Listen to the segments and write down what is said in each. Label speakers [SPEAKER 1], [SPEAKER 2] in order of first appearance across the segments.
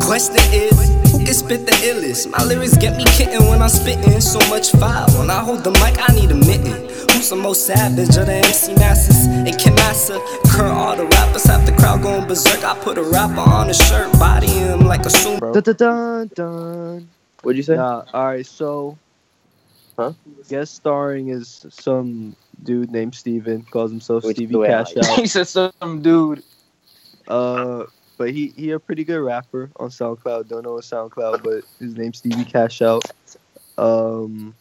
[SPEAKER 1] question is, who can spit the illest? My lyrics get me kitten when I'm spitting. So much fire. When I hold the mic, I need a mitten. Who's the most savage of the MC Masters? And Kanasa, current all the rappers. Half the crowd going berserk. I put a rapper on a shirt, body him like a sumo.
[SPEAKER 2] Dun dun dun dun.
[SPEAKER 3] What'd you say?
[SPEAKER 2] Nah, all right, so.
[SPEAKER 3] Huh?
[SPEAKER 2] Guest starring is some dude named Steven, calls himself
[SPEAKER 3] Which
[SPEAKER 2] Stevie
[SPEAKER 3] do I
[SPEAKER 2] Cash
[SPEAKER 3] like?
[SPEAKER 2] Out.
[SPEAKER 4] He said some dude.
[SPEAKER 2] Uh, but he he a pretty good rapper on SoundCloud. Don't know his SoundCloud, but his name's Stevie Cash Out. Um,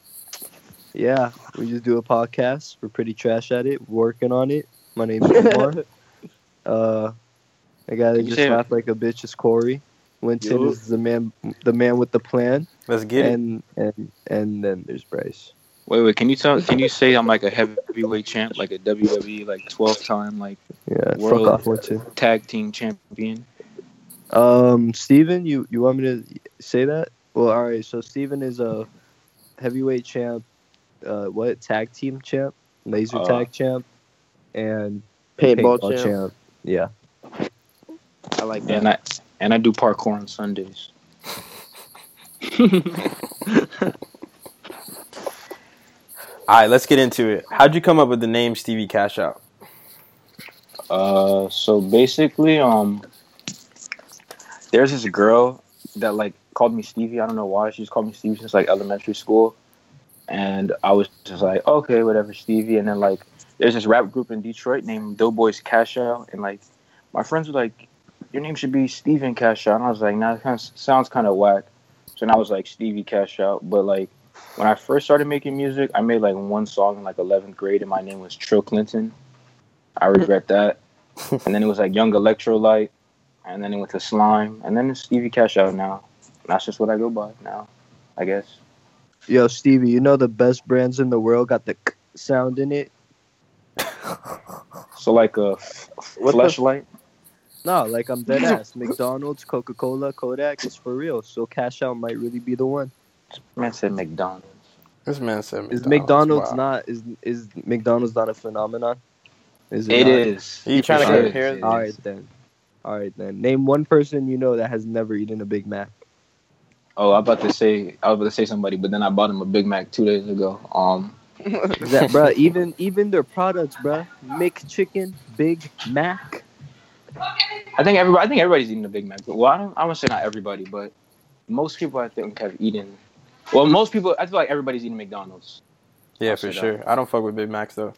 [SPEAKER 2] yeah, we just do a podcast. We're pretty trash at it. Working on it. My name's Omar. uh, I got to
[SPEAKER 4] You
[SPEAKER 2] just
[SPEAKER 4] say-
[SPEAKER 2] laugh like a bitch is Corey. Winston
[SPEAKER 3] Yo.
[SPEAKER 2] is the man, the man with the plan,
[SPEAKER 5] Let's get it.
[SPEAKER 2] and and and then there's Bryce.
[SPEAKER 4] Wait, wait. Can you tell? Can you say I'm like a heavyweight champ, like a WWE, like 12 time, like
[SPEAKER 2] Yeah,
[SPEAKER 4] World.
[SPEAKER 2] fuck off, Winston.
[SPEAKER 4] tag team champion?
[SPEAKER 2] Um, Steven, you you want me to say that? Well, all right. So Steven is a heavyweight champ. Uh, what tag team champ? Laser
[SPEAKER 4] Uh,
[SPEAKER 2] tag champ and
[SPEAKER 3] Paintball, champ.
[SPEAKER 2] Yeah.
[SPEAKER 3] I like that.
[SPEAKER 4] And I and I do parkour on Sundays.
[SPEAKER 5] All right, let's get into it. How'd you come up with the name Stevie Cash Out?
[SPEAKER 4] Uh, so basically, um, there's this girl that like called me Stevie. I don't know why she just called me Stevie since like elementary school, and I was just like, okay, whatever, Stevie. And then like, there's this rap group in Detroit named Doughboys Cash Out, and like, my friends were like, your name should be Steven Cash Out, and I was like, nah, that kind of sounds kind of whack. So now I was like Stevie Cash Out, but like. When I first started making music, I made like one song in like 11th grade, and my name was Trill Clinton. I regret that and then it was like Young Electrolyte, and then it went to Slime, and then it's Stevie Cash Out now. That's just what I go by now, I guess.
[SPEAKER 2] Yo, Stevie, you know the best brands in the world got the k- sound in it.
[SPEAKER 4] So like a f-
[SPEAKER 3] What the-
[SPEAKER 4] flashlight.
[SPEAKER 2] No, like I'm dead ass. McDonald's, Coca Cola, Kodak is for real. So Cash Out might really be the one.
[SPEAKER 4] Man said McDonald's.
[SPEAKER 5] This man said
[SPEAKER 2] Is McDonald's
[SPEAKER 5] Wow.
[SPEAKER 2] not is is McDonald's not a phenomenon? Is
[SPEAKER 4] It
[SPEAKER 2] not?
[SPEAKER 4] is.
[SPEAKER 5] Are you trying
[SPEAKER 2] All
[SPEAKER 5] to
[SPEAKER 2] right.
[SPEAKER 5] compare?
[SPEAKER 4] It
[SPEAKER 2] All
[SPEAKER 4] is.
[SPEAKER 2] right then. All right then. Name one person you know that has never eaten a Big Mac.
[SPEAKER 4] Oh, I about to say I was about to say somebody, but then I bought him a Big Mac two days ago. Um,
[SPEAKER 2] That, bruh, even even their products, bruh. McChicken, Big Mac.
[SPEAKER 4] I think everybody, I think everybody's eating a Big Mac. But well, I don't, I wouldn't say not everybody, but most people I think have eaten. Well, most people, I feel like everybody's eating McDonald's.
[SPEAKER 5] Yeah, for sure. I don't fuck with Big Macs though.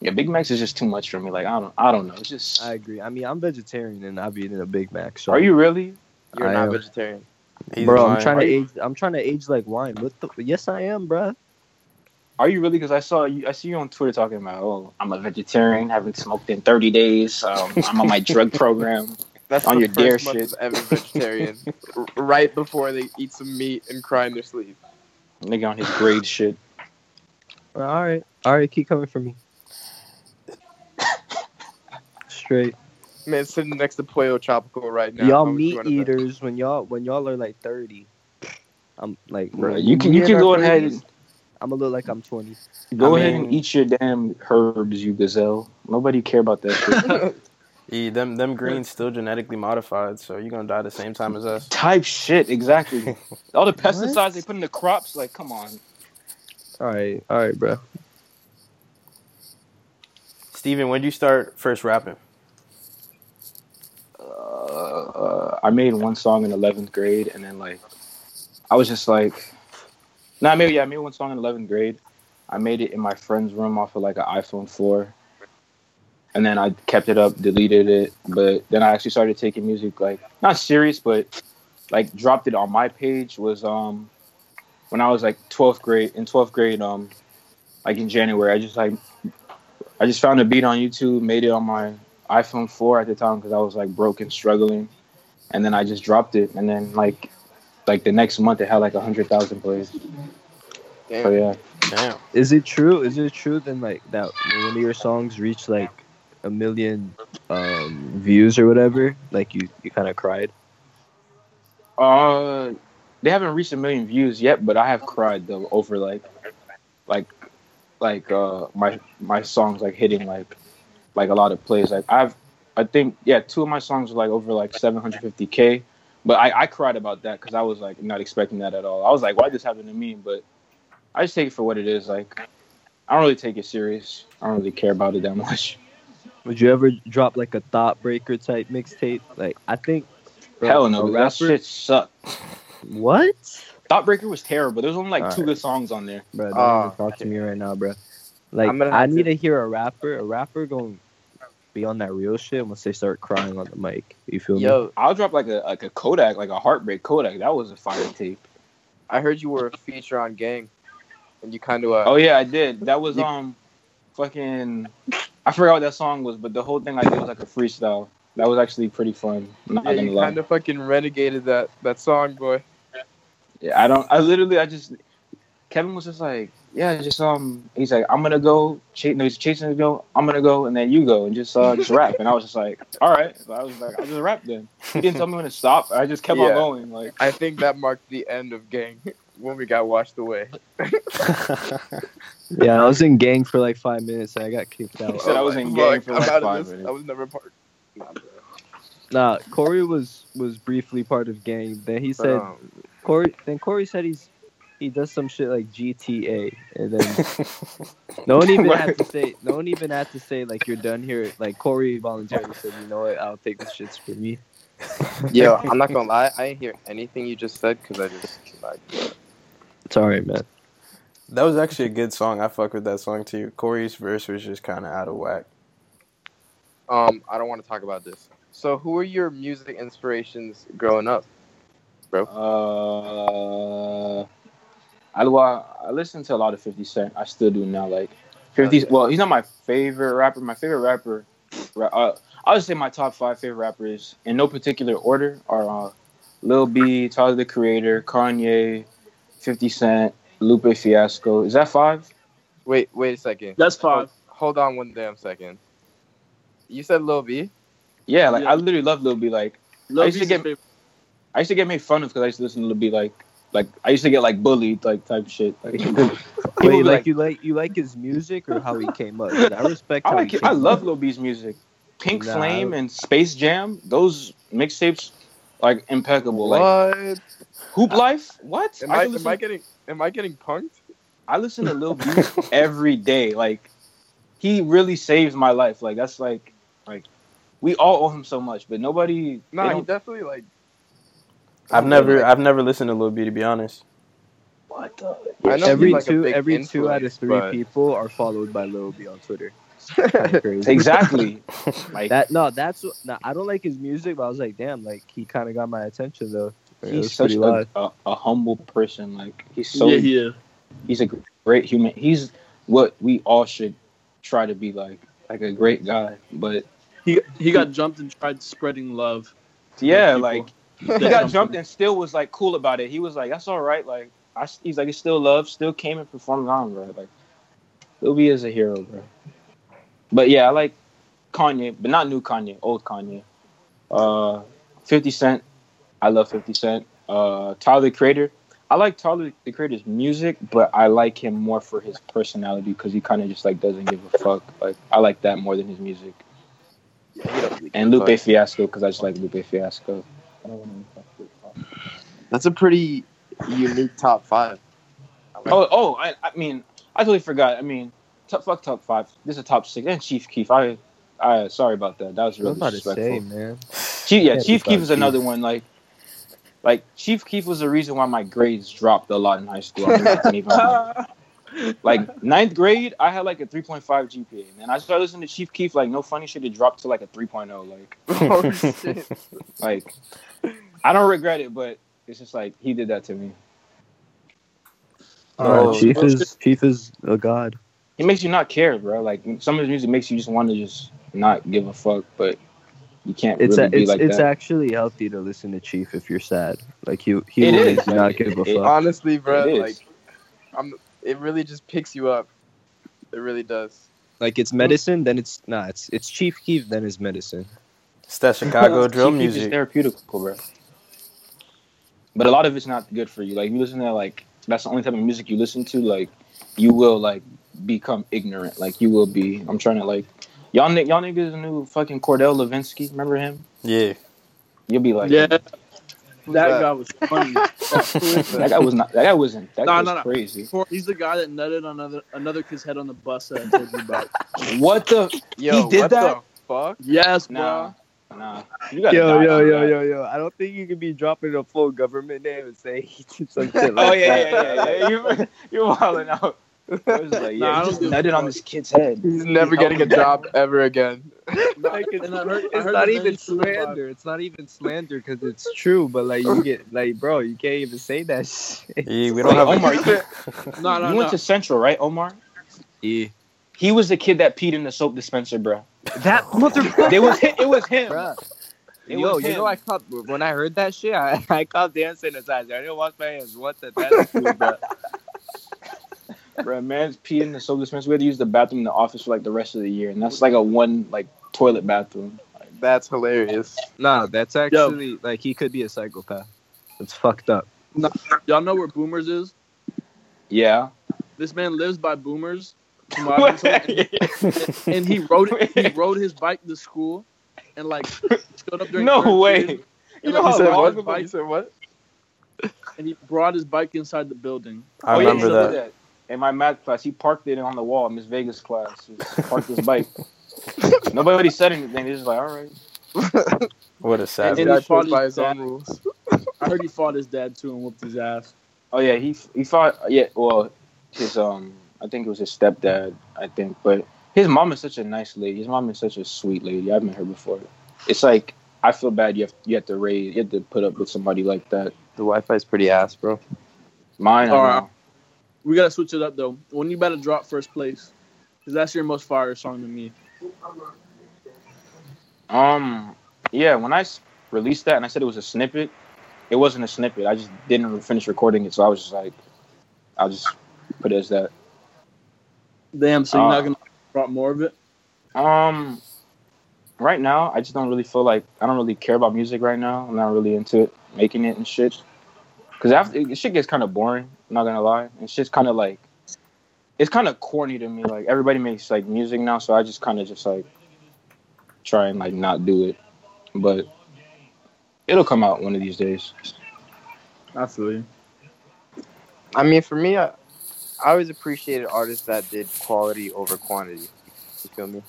[SPEAKER 4] Yeah, Big Macs is just too much for me. Like I don't, I don't know. It's just.
[SPEAKER 2] I agree. I mean, I'm vegetarian and I've eaten a Big Mac. So
[SPEAKER 4] are you really?
[SPEAKER 3] You're
[SPEAKER 2] I
[SPEAKER 3] not
[SPEAKER 2] am.
[SPEAKER 3] vegetarian.
[SPEAKER 5] He's
[SPEAKER 2] bro? I'm
[SPEAKER 5] lying.
[SPEAKER 2] trying to age. I'm trying to age like wine. What the? Yes, I am, bruh.
[SPEAKER 4] Are you really? Because I saw you. I see you on Twitter talking about, oh, I'm a vegetarian, haven't smoked in 30 days. Um, I'm on my drug program.
[SPEAKER 3] That's
[SPEAKER 4] On
[SPEAKER 3] the
[SPEAKER 4] your
[SPEAKER 3] first
[SPEAKER 4] dare
[SPEAKER 3] month
[SPEAKER 4] shit.
[SPEAKER 3] of Every vegetarian, R- right before they eat some meat and cry in their sleep.
[SPEAKER 4] Nigga on his grade shit.
[SPEAKER 2] All right, all right. Keep coming for me. Straight.
[SPEAKER 3] Man, sitting next to Pollo Tropical right now. How
[SPEAKER 2] y'all
[SPEAKER 3] would you
[SPEAKER 2] meat
[SPEAKER 3] wanna bet?
[SPEAKER 2] eaters when y'all when y'all are like 30. I'm like,
[SPEAKER 4] Bro,
[SPEAKER 2] when
[SPEAKER 4] you can
[SPEAKER 2] we
[SPEAKER 4] you
[SPEAKER 2] in
[SPEAKER 4] can
[SPEAKER 2] our
[SPEAKER 4] go ahead
[SPEAKER 2] 30s, I'm gonna look like I'm 20.
[SPEAKER 4] go
[SPEAKER 5] I
[SPEAKER 4] ahead
[SPEAKER 5] mean-
[SPEAKER 4] and eat your damn herbs, you gazelle. Nobody care about that shit.
[SPEAKER 5] E, them them greens still genetically modified, so you're gonna die the same time as us.
[SPEAKER 4] Type shit, exactly. All the pesticides they put in the crops, like, come on.
[SPEAKER 2] All right, all right, bro.
[SPEAKER 5] Steven, when would you start first rapping?
[SPEAKER 4] uh, I made one song in 11th grade, and then like I was just like, no, nah, maybe yeah, I made one song in 11th grade. I made it in my friend's room off of like an iPhone 4, and then I kept it up, deleted it, but then I actually started taking music like not serious, but like dropped it on my page was um when I was like 12th grade in 12th grade um like in January I just like I just found a beat on YouTube, made it on my iPhone 4 at the time because I was like broke and struggling, and then I just dropped it, and then like like the next month it had like a hundred thousand plays. So
[SPEAKER 3] Damn.
[SPEAKER 4] yeah,
[SPEAKER 5] Damn.
[SPEAKER 2] Is it true? Is it true then like that when one of your songs reached like a million um, views or whatever? Like you, you kind of cried.
[SPEAKER 4] uh, they haven't reached a million views yet, but I have cried though over like like like uh my my songs like hitting like like a lot of plays. Like I've I think yeah, two of my songs are like over like seven hundred fifty k. But I, I cried about that because I was like not expecting that at all. I was like, why this happened to me? But I just take it for what it is. Like, I don't really take it serious. I don't really care about it that much.
[SPEAKER 2] Would you ever drop like a thought breaker type mixtape? Like I think bro,
[SPEAKER 4] Hell
[SPEAKER 2] a
[SPEAKER 4] no, that
[SPEAKER 2] rapper-
[SPEAKER 4] shit sucked.
[SPEAKER 2] What?
[SPEAKER 4] Thoughtbreaker was terrible. There was only like
[SPEAKER 2] All
[SPEAKER 4] two
[SPEAKER 2] right.
[SPEAKER 4] good songs on there.
[SPEAKER 2] Bro, don't
[SPEAKER 3] Ah,
[SPEAKER 2] even talk to me right now, bro. Like
[SPEAKER 3] I'm gonna
[SPEAKER 2] I
[SPEAKER 3] have
[SPEAKER 2] need
[SPEAKER 3] to-
[SPEAKER 2] to hear a rapper. A rapper going be on that real shit once they start crying on the mic. You feel me?
[SPEAKER 3] Yo,
[SPEAKER 4] I'll drop like a like a Kodak, like a heartbreak Kodak. That was a fire tape.
[SPEAKER 3] I heard you were a feature on Gang, and you kind of uh,
[SPEAKER 4] Oh yeah, I did. That was um, fucking. I forgot what that song was, but the whole thing I did was like a freestyle. That was actually pretty fun. I'm not
[SPEAKER 3] yeah,
[SPEAKER 4] gonna
[SPEAKER 3] you
[SPEAKER 4] lie.
[SPEAKER 3] kind of fucking renegated that that song, boy.
[SPEAKER 4] Yeah, I don't. I literally, I just. Kevin was just like, yeah, just um. He's like, I'm gonna go. Chase, no, he's chasing to go. I'm gonna go, and then you go, and just uh, just rap. And I was just like, all right. So I was like, I just rap then. He didn't tell me when to stop. I just kept on
[SPEAKER 3] Yeah.
[SPEAKER 4] going. Like,
[SPEAKER 3] I think that marked the end of Gang when we got washed away.
[SPEAKER 2] Yeah, I was in gang for like five minutes. And I got kicked out.
[SPEAKER 4] He said I was in Gang for
[SPEAKER 3] Oh, I'm
[SPEAKER 4] like
[SPEAKER 3] out of
[SPEAKER 4] five
[SPEAKER 3] this.
[SPEAKER 4] minutes.
[SPEAKER 3] I was never part. Nah, bro.
[SPEAKER 2] Nah, Corey was was briefly part of gang. Then he said
[SPEAKER 3] Um,
[SPEAKER 2] Corey. Then Corey said he's he does some shit like GTA, and then no one even had to say no one even had to say like you're done here. Like Corey voluntarily said, you know what, I'll take the shits for me.
[SPEAKER 3] yo, I'm not gonna lie. I didn't hear anything you just said because I just like.
[SPEAKER 2] It's alright, man.
[SPEAKER 5] That was actually a good song. I fuck with that song too. Corey's verse was just kind of out of whack.
[SPEAKER 3] Um, I don't want to talk about this. So, who were your music inspirations growing up?
[SPEAKER 4] Uh, I well, I listen to a lot of Fifty Cent. I still do now. Like
[SPEAKER 6] Oh,
[SPEAKER 4] Fifty. Well, he's not my favorite rapper. My favorite rapper. ra- Uh, I would say my top five favorite rappers in no particular order are uh, Lil B, Tyler the Creator, Kanye, Fifty Cent, Lupe Fiasco. Is that five? Oh,
[SPEAKER 3] Wait, wait a second.
[SPEAKER 6] That's five.
[SPEAKER 3] Hold on one damn second. You said Lil B.
[SPEAKER 4] Yeah. Like
[SPEAKER 6] Yeah.
[SPEAKER 4] I literally love Lil B. Like
[SPEAKER 6] Lil
[SPEAKER 4] I used to
[SPEAKER 6] Beezy's
[SPEAKER 4] get-
[SPEAKER 6] favorite.
[SPEAKER 4] I used to get made fun of because I used to listen to Lil B. Like like I used to get like bullied like type shit. Like, people
[SPEAKER 2] Wait,
[SPEAKER 4] would,
[SPEAKER 2] like, you like you like his music or how he came up? 'Cause I respect.
[SPEAKER 4] I
[SPEAKER 2] how
[SPEAKER 4] like
[SPEAKER 2] he
[SPEAKER 4] it. I
[SPEAKER 2] came
[SPEAKER 4] love
[SPEAKER 2] up.
[SPEAKER 4] Lil B's music. Pink
[SPEAKER 2] Nah,
[SPEAKER 4] Flame and Space Jam, those mixtapes, like impeccable. Like
[SPEAKER 3] What?
[SPEAKER 4] Hoop Life, what?
[SPEAKER 3] Am
[SPEAKER 4] I,
[SPEAKER 3] I,
[SPEAKER 4] could
[SPEAKER 3] am I
[SPEAKER 4] listen,
[SPEAKER 3] getting am I getting punked?
[SPEAKER 4] I listen to Lil B every day. Like he really saves my life. Like that's like like we all owe him so much, but nobody.
[SPEAKER 3] No,
[SPEAKER 4] they
[SPEAKER 3] he
[SPEAKER 4] don't-
[SPEAKER 3] definitely like.
[SPEAKER 5] I've never, I've never listened to Lil B to be honest.
[SPEAKER 4] what the?
[SPEAKER 3] I know
[SPEAKER 2] Every
[SPEAKER 3] he's like a
[SPEAKER 2] two
[SPEAKER 3] big
[SPEAKER 2] every two out of
[SPEAKER 3] influence,
[SPEAKER 2] three
[SPEAKER 3] but-
[SPEAKER 2] people are followed by Lil B on Twitter. Kinda crazy.
[SPEAKER 4] Exactly. Like
[SPEAKER 2] That no, that's what, nah, I don't like his music, but I was like, damn, like he kind of got my attention though. It was
[SPEAKER 4] he's such
[SPEAKER 2] pretty
[SPEAKER 4] a,
[SPEAKER 2] loud.
[SPEAKER 4] a, a humble person. Like he's so
[SPEAKER 6] yeah, yeah.
[SPEAKER 4] he's a great human. He's what we all should try to be like, like a great guy. But
[SPEAKER 6] He he got jumped and tried spreading love.
[SPEAKER 4] yeah,
[SPEAKER 6] People.
[SPEAKER 4] like
[SPEAKER 6] That
[SPEAKER 4] he got
[SPEAKER 6] jumped
[SPEAKER 4] jumped and still was like cool about it. He was like, "That's all right." Like I, s- he's like, "It's still love." Still came and performed on, bro. Like Lil B is a hero, bro. But yeah, I like Kanye, but not new Kanye, old Kanye. Uh, Fifty Cent, I love Fifty Cent. Uh, Tyler the Creator, I like Tyler the Creator's music, but I like him more for his personality because he kind of just like doesn't give a fuck. Like I like that more than his music.
[SPEAKER 3] Yeah, he don't really
[SPEAKER 4] And
[SPEAKER 3] give
[SPEAKER 4] Lupe
[SPEAKER 3] a fuck.
[SPEAKER 4] Fiasco because I just like Lupe Fiasco. I don't wanna-
[SPEAKER 3] That's a pretty unique top five.
[SPEAKER 4] Oh, oh, I, I mean, I totally forgot. I mean, top, fuck top five. This is top six. And Chief Keef. I, I, sorry about that. That was
[SPEAKER 2] I was
[SPEAKER 4] really
[SPEAKER 2] about to say,
[SPEAKER 4] disrespectful.
[SPEAKER 2] man.
[SPEAKER 4] Chief, yeah,
[SPEAKER 2] Yeah,
[SPEAKER 4] Chief
[SPEAKER 2] it's about
[SPEAKER 4] Keef is another one. Like, like Chief Keef was the reason why my grades dropped a lot in high school. I'm not gonna even lie. like ninth grade, I had like a 3.5 GPA, and then I started listening to Chief Keef. Like, no funny shit, it dropped to like a 3.0. Like,
[SPEAKER 3] oh shit!
[SPEAKER 4] like, I don't regret it, but it's just like he did that to me.
[SPEAKER 2] Nah,
[SPEAKER 4] Oh,
[SPEAKER 2] Chief is Chief is a god.
[SPEAKER 4] it makes you not care, bro. Like some of his music makes you just want to just not give a fuck, but you can't
[SPEAKER 2] It's
[SPEAKER 4] really
[SPEAKER 2] a,
[SPEAKER 4] be
[SPEAKER 2] it's
[SPEAKER 4] like
[SPEAKER 2] it's
[SPEAKER 4] that.
[SPEAKER 2] actually healthy to listen to Chief if you're sad. Like he he
[SPEAKER 4] It
[SPEAKER 2] will
[SPEAKER 4] is.
[SPEAKER 2] not give a
[SPEAKER 4] It-
[SPEAKER 2] fuck.
[SPEAKER 3] Honestly, bro,
[SPEAKER 4] It is.
[SPEAKER 3] like, I'm. It really just picks you up. It really does.
[SPEAKER 2] Like it's medicine, then it's nah, it's it's Chief Keef, then it's medicine.
[SPEAKER 5] It's that Chicago drill
[SPEAKER 4] Keep it just
[SPEAKER 5] music.
[SPEAKER 4] therapeutic, bro. But a lot of it's not good for you. Like you listen to like that's the only type of music you listen to. Like you will like become ignorant. Like you will be. I'm trying to like y'all. ni- Y'all niggas knew fucking Cordell Levinsky. Remember him?
[SPEAKER 5] Yeah,
[SPEAKER 4] You'll be like,
[SPEAKER 6] yeah,
[SPEAKER 3] Who's
[SPEAKER 6] That
[SPEAKER 3] that?
[SPEAKER 6] guy was funny.
[SPEAKER 4] that guy was not. That guy wasn't. That
[SPEAKER 6] Nah,
[SPEAKER 4] guy was
[SPEAKER 6] nah, nah.
[SPEAKER 4] crazy.
[SPEAKER 6] He's the guy that nutted on another another kid's head on the bus that I told you about.
[SPEAKER 4] What the?
[SPEAKER 3] Yo,
[SPEAKER 4] He did
[SPEAKER 3] what the
[SPEAKER 4] that?
[SPEAKER 3] fuck?
[SPEAKER 6] Yes, bro.
[SPEAKER 4] Nah, nah. You gotta
[SPEAKER 7] Yo,
[SPEAKER 4] die
[SPEAKER 7] yo,
[SPEAKER 4] on
[SPEAKER 7] yo,
[SPEAKER 4] that.
[SPEAKER 7] yo, yo. I don't think you can be dropping a full government name and saying he did some shit like
[SPEAKER 4] Oh yeah, yeah,
[SPEAKER 7] that.
[SPEAKER 4] yeah, yeah. You, you're wilding out. I was like, yeah,
[SPEAKER 6] Nah, I
[SPEAKER 4] he
[SPEAKER 6] don't
[SPEAKER 4] just
[SPEAKER 6] give a
[SPEAKER 4] nutted on
[SPEAKER 6] fuck.
[SPEAKER 4] this kid's head.
[SPEAKER 3] He's never getting a job ever again.
[SPEAKER 7] Like, it's
[SPEAKER 6] And I heard- I
[SPEAKER 7] it's
[SPEAKER 6] heard
[SPEAKER 7] not
[SPEAKER 6] that
[SPEAKER 7] even
[SPEAKER 6] he threw a lot.
[SPEAKER 7] slander. It's not even slander because it's true. But like you get like, bro, you can't even say that shit.
[SPEAKER 5] Yeah, we
[SPEAKER 4] Wait,
[SPEAKER 5] don't have.
[SPEAKER 4] Omar,
[SPEAKER 5] a-
[SPEAKER 4] you, you
[SPEAKER 6] No, no,
[SPEAKER 4] went
[SPEAKER 6] no.
[SPEAKER 4] to Central, right, Omar?
[SPEAKER 7] Yeah.
[SPEAKER 4] He was the kid that peed in the soap dispenser, bro.
[SPEAKER 7] That motherfucker.
[SPEAKER 4] They was it was him.
[SPEAKER 7] Bruh.
[SPEAKER 4] It
[SPEAKER 7] Yo,
[SPEAKER 4] was
[SPEAKER 7] you
[SPEAKER 4] him.
[SPEAKER 7] know I caught when I heard that shit. I, I caught the sanitizer. I didn't wash my hands once at that school, bro.
[SPEAKER 4] Bro, man's peeing in the soap dispenser. We had to use the bathroom in the office for like the rest of the year, and that's like a one like toilet bathroom.
[SPEAKER 3] That's hilarious.
[SPEAKER 7] No, that's actually like he could be a psychopath. It's fucked up.
[SPEAKER 6] Y'all know where Boomers is?
[SPEAKER 4] Yeah.
[SPEAKER 6] This man lives by Boomers. from what I've been told. and he rode he rode his bike to school, and like showed up during
[SPEAKER 4] no
[SPEAKER 6] curfew,
[SPEAKER 4] way. You know
[SPEAKER 6] He
[SPEAKER 4] how
[SPEAKER 3] said
[SPEAKER 4] long
[SPEAKER 6] long-
[SPEAKER 4] ago-
[SPEAKER 3] what? He said what?
[SPEAKER 6] And he brought his bike inside the building.
[SPEAKER 5] I
[SPEAKER 4] Oh, yeah,
[SPEAKER 5] remember
[SPEAKER 4] he
[SPEAKER 5] that.
[SPEAKER 4] did In my math class, he parked it on the wall in Miss Vegas class. He parked his bike. Nobody said anything. They just like, all right.
[SPEAKER 5] What a
[SPEAKER 6] And
[SPEAKER 5] savage.
[SPEAKER 6] he
[SPEAKER 3] That shit
[SPEAKER 6] fought his
[SPEAKER 3] by his
[SPEAKER 6] dad.
[SPEAKER 3] own rules.
[SPEAKER 6] I heard he fought his dad too and whooped his ass.
[SPEAKER 4] Oh yeah, he he fought. Yeah, well, his um, I think it was his stepdad. I think, but his mom is such a nice lady. His mom is such a sweet lady. I've met her before. It's like I feel bad. You have you have to raise. You have to put up with somebody like that.
[SPEAKER 7] The Wi-Fi is pretty ass, bro.
[SPEAKER 4] Mine. I don't
[SPEAKER 6] Alright.
[SPEAKER 4] know.
[SPEAKER 6] We gotta switch it up though. When you better drop first place, because that's your most fire song to me.
[SPEAKER 4] Um. Yeah. When I s- released that and I said it was a snippet, it wasn't a snippet. I just didn't finish recording it, so I was just like, I'll just put it as that.
[SPEAKER 6] Damn, so you're
[SPEAKER 4] Ah.
[SPEAKER 6] not gonna drop more of it?
[SPEAKER 4] Um, right now, I just don't really feel like I don't really care about music right now. I'm not really into it, making it and shit. Cause after it, shit gets kind of boring. I'm not gonna lie, and shit's kind of like, it's kind of corny to me. Like everybody makes like music now, so I just kind of just like try and like not do it, but it'll come out one of these days.
[SPEAKER 6] I feel you.
[SPEAKER 3] I mean, for me, I, I always appreciated artists that did quality over quantity. You feel me?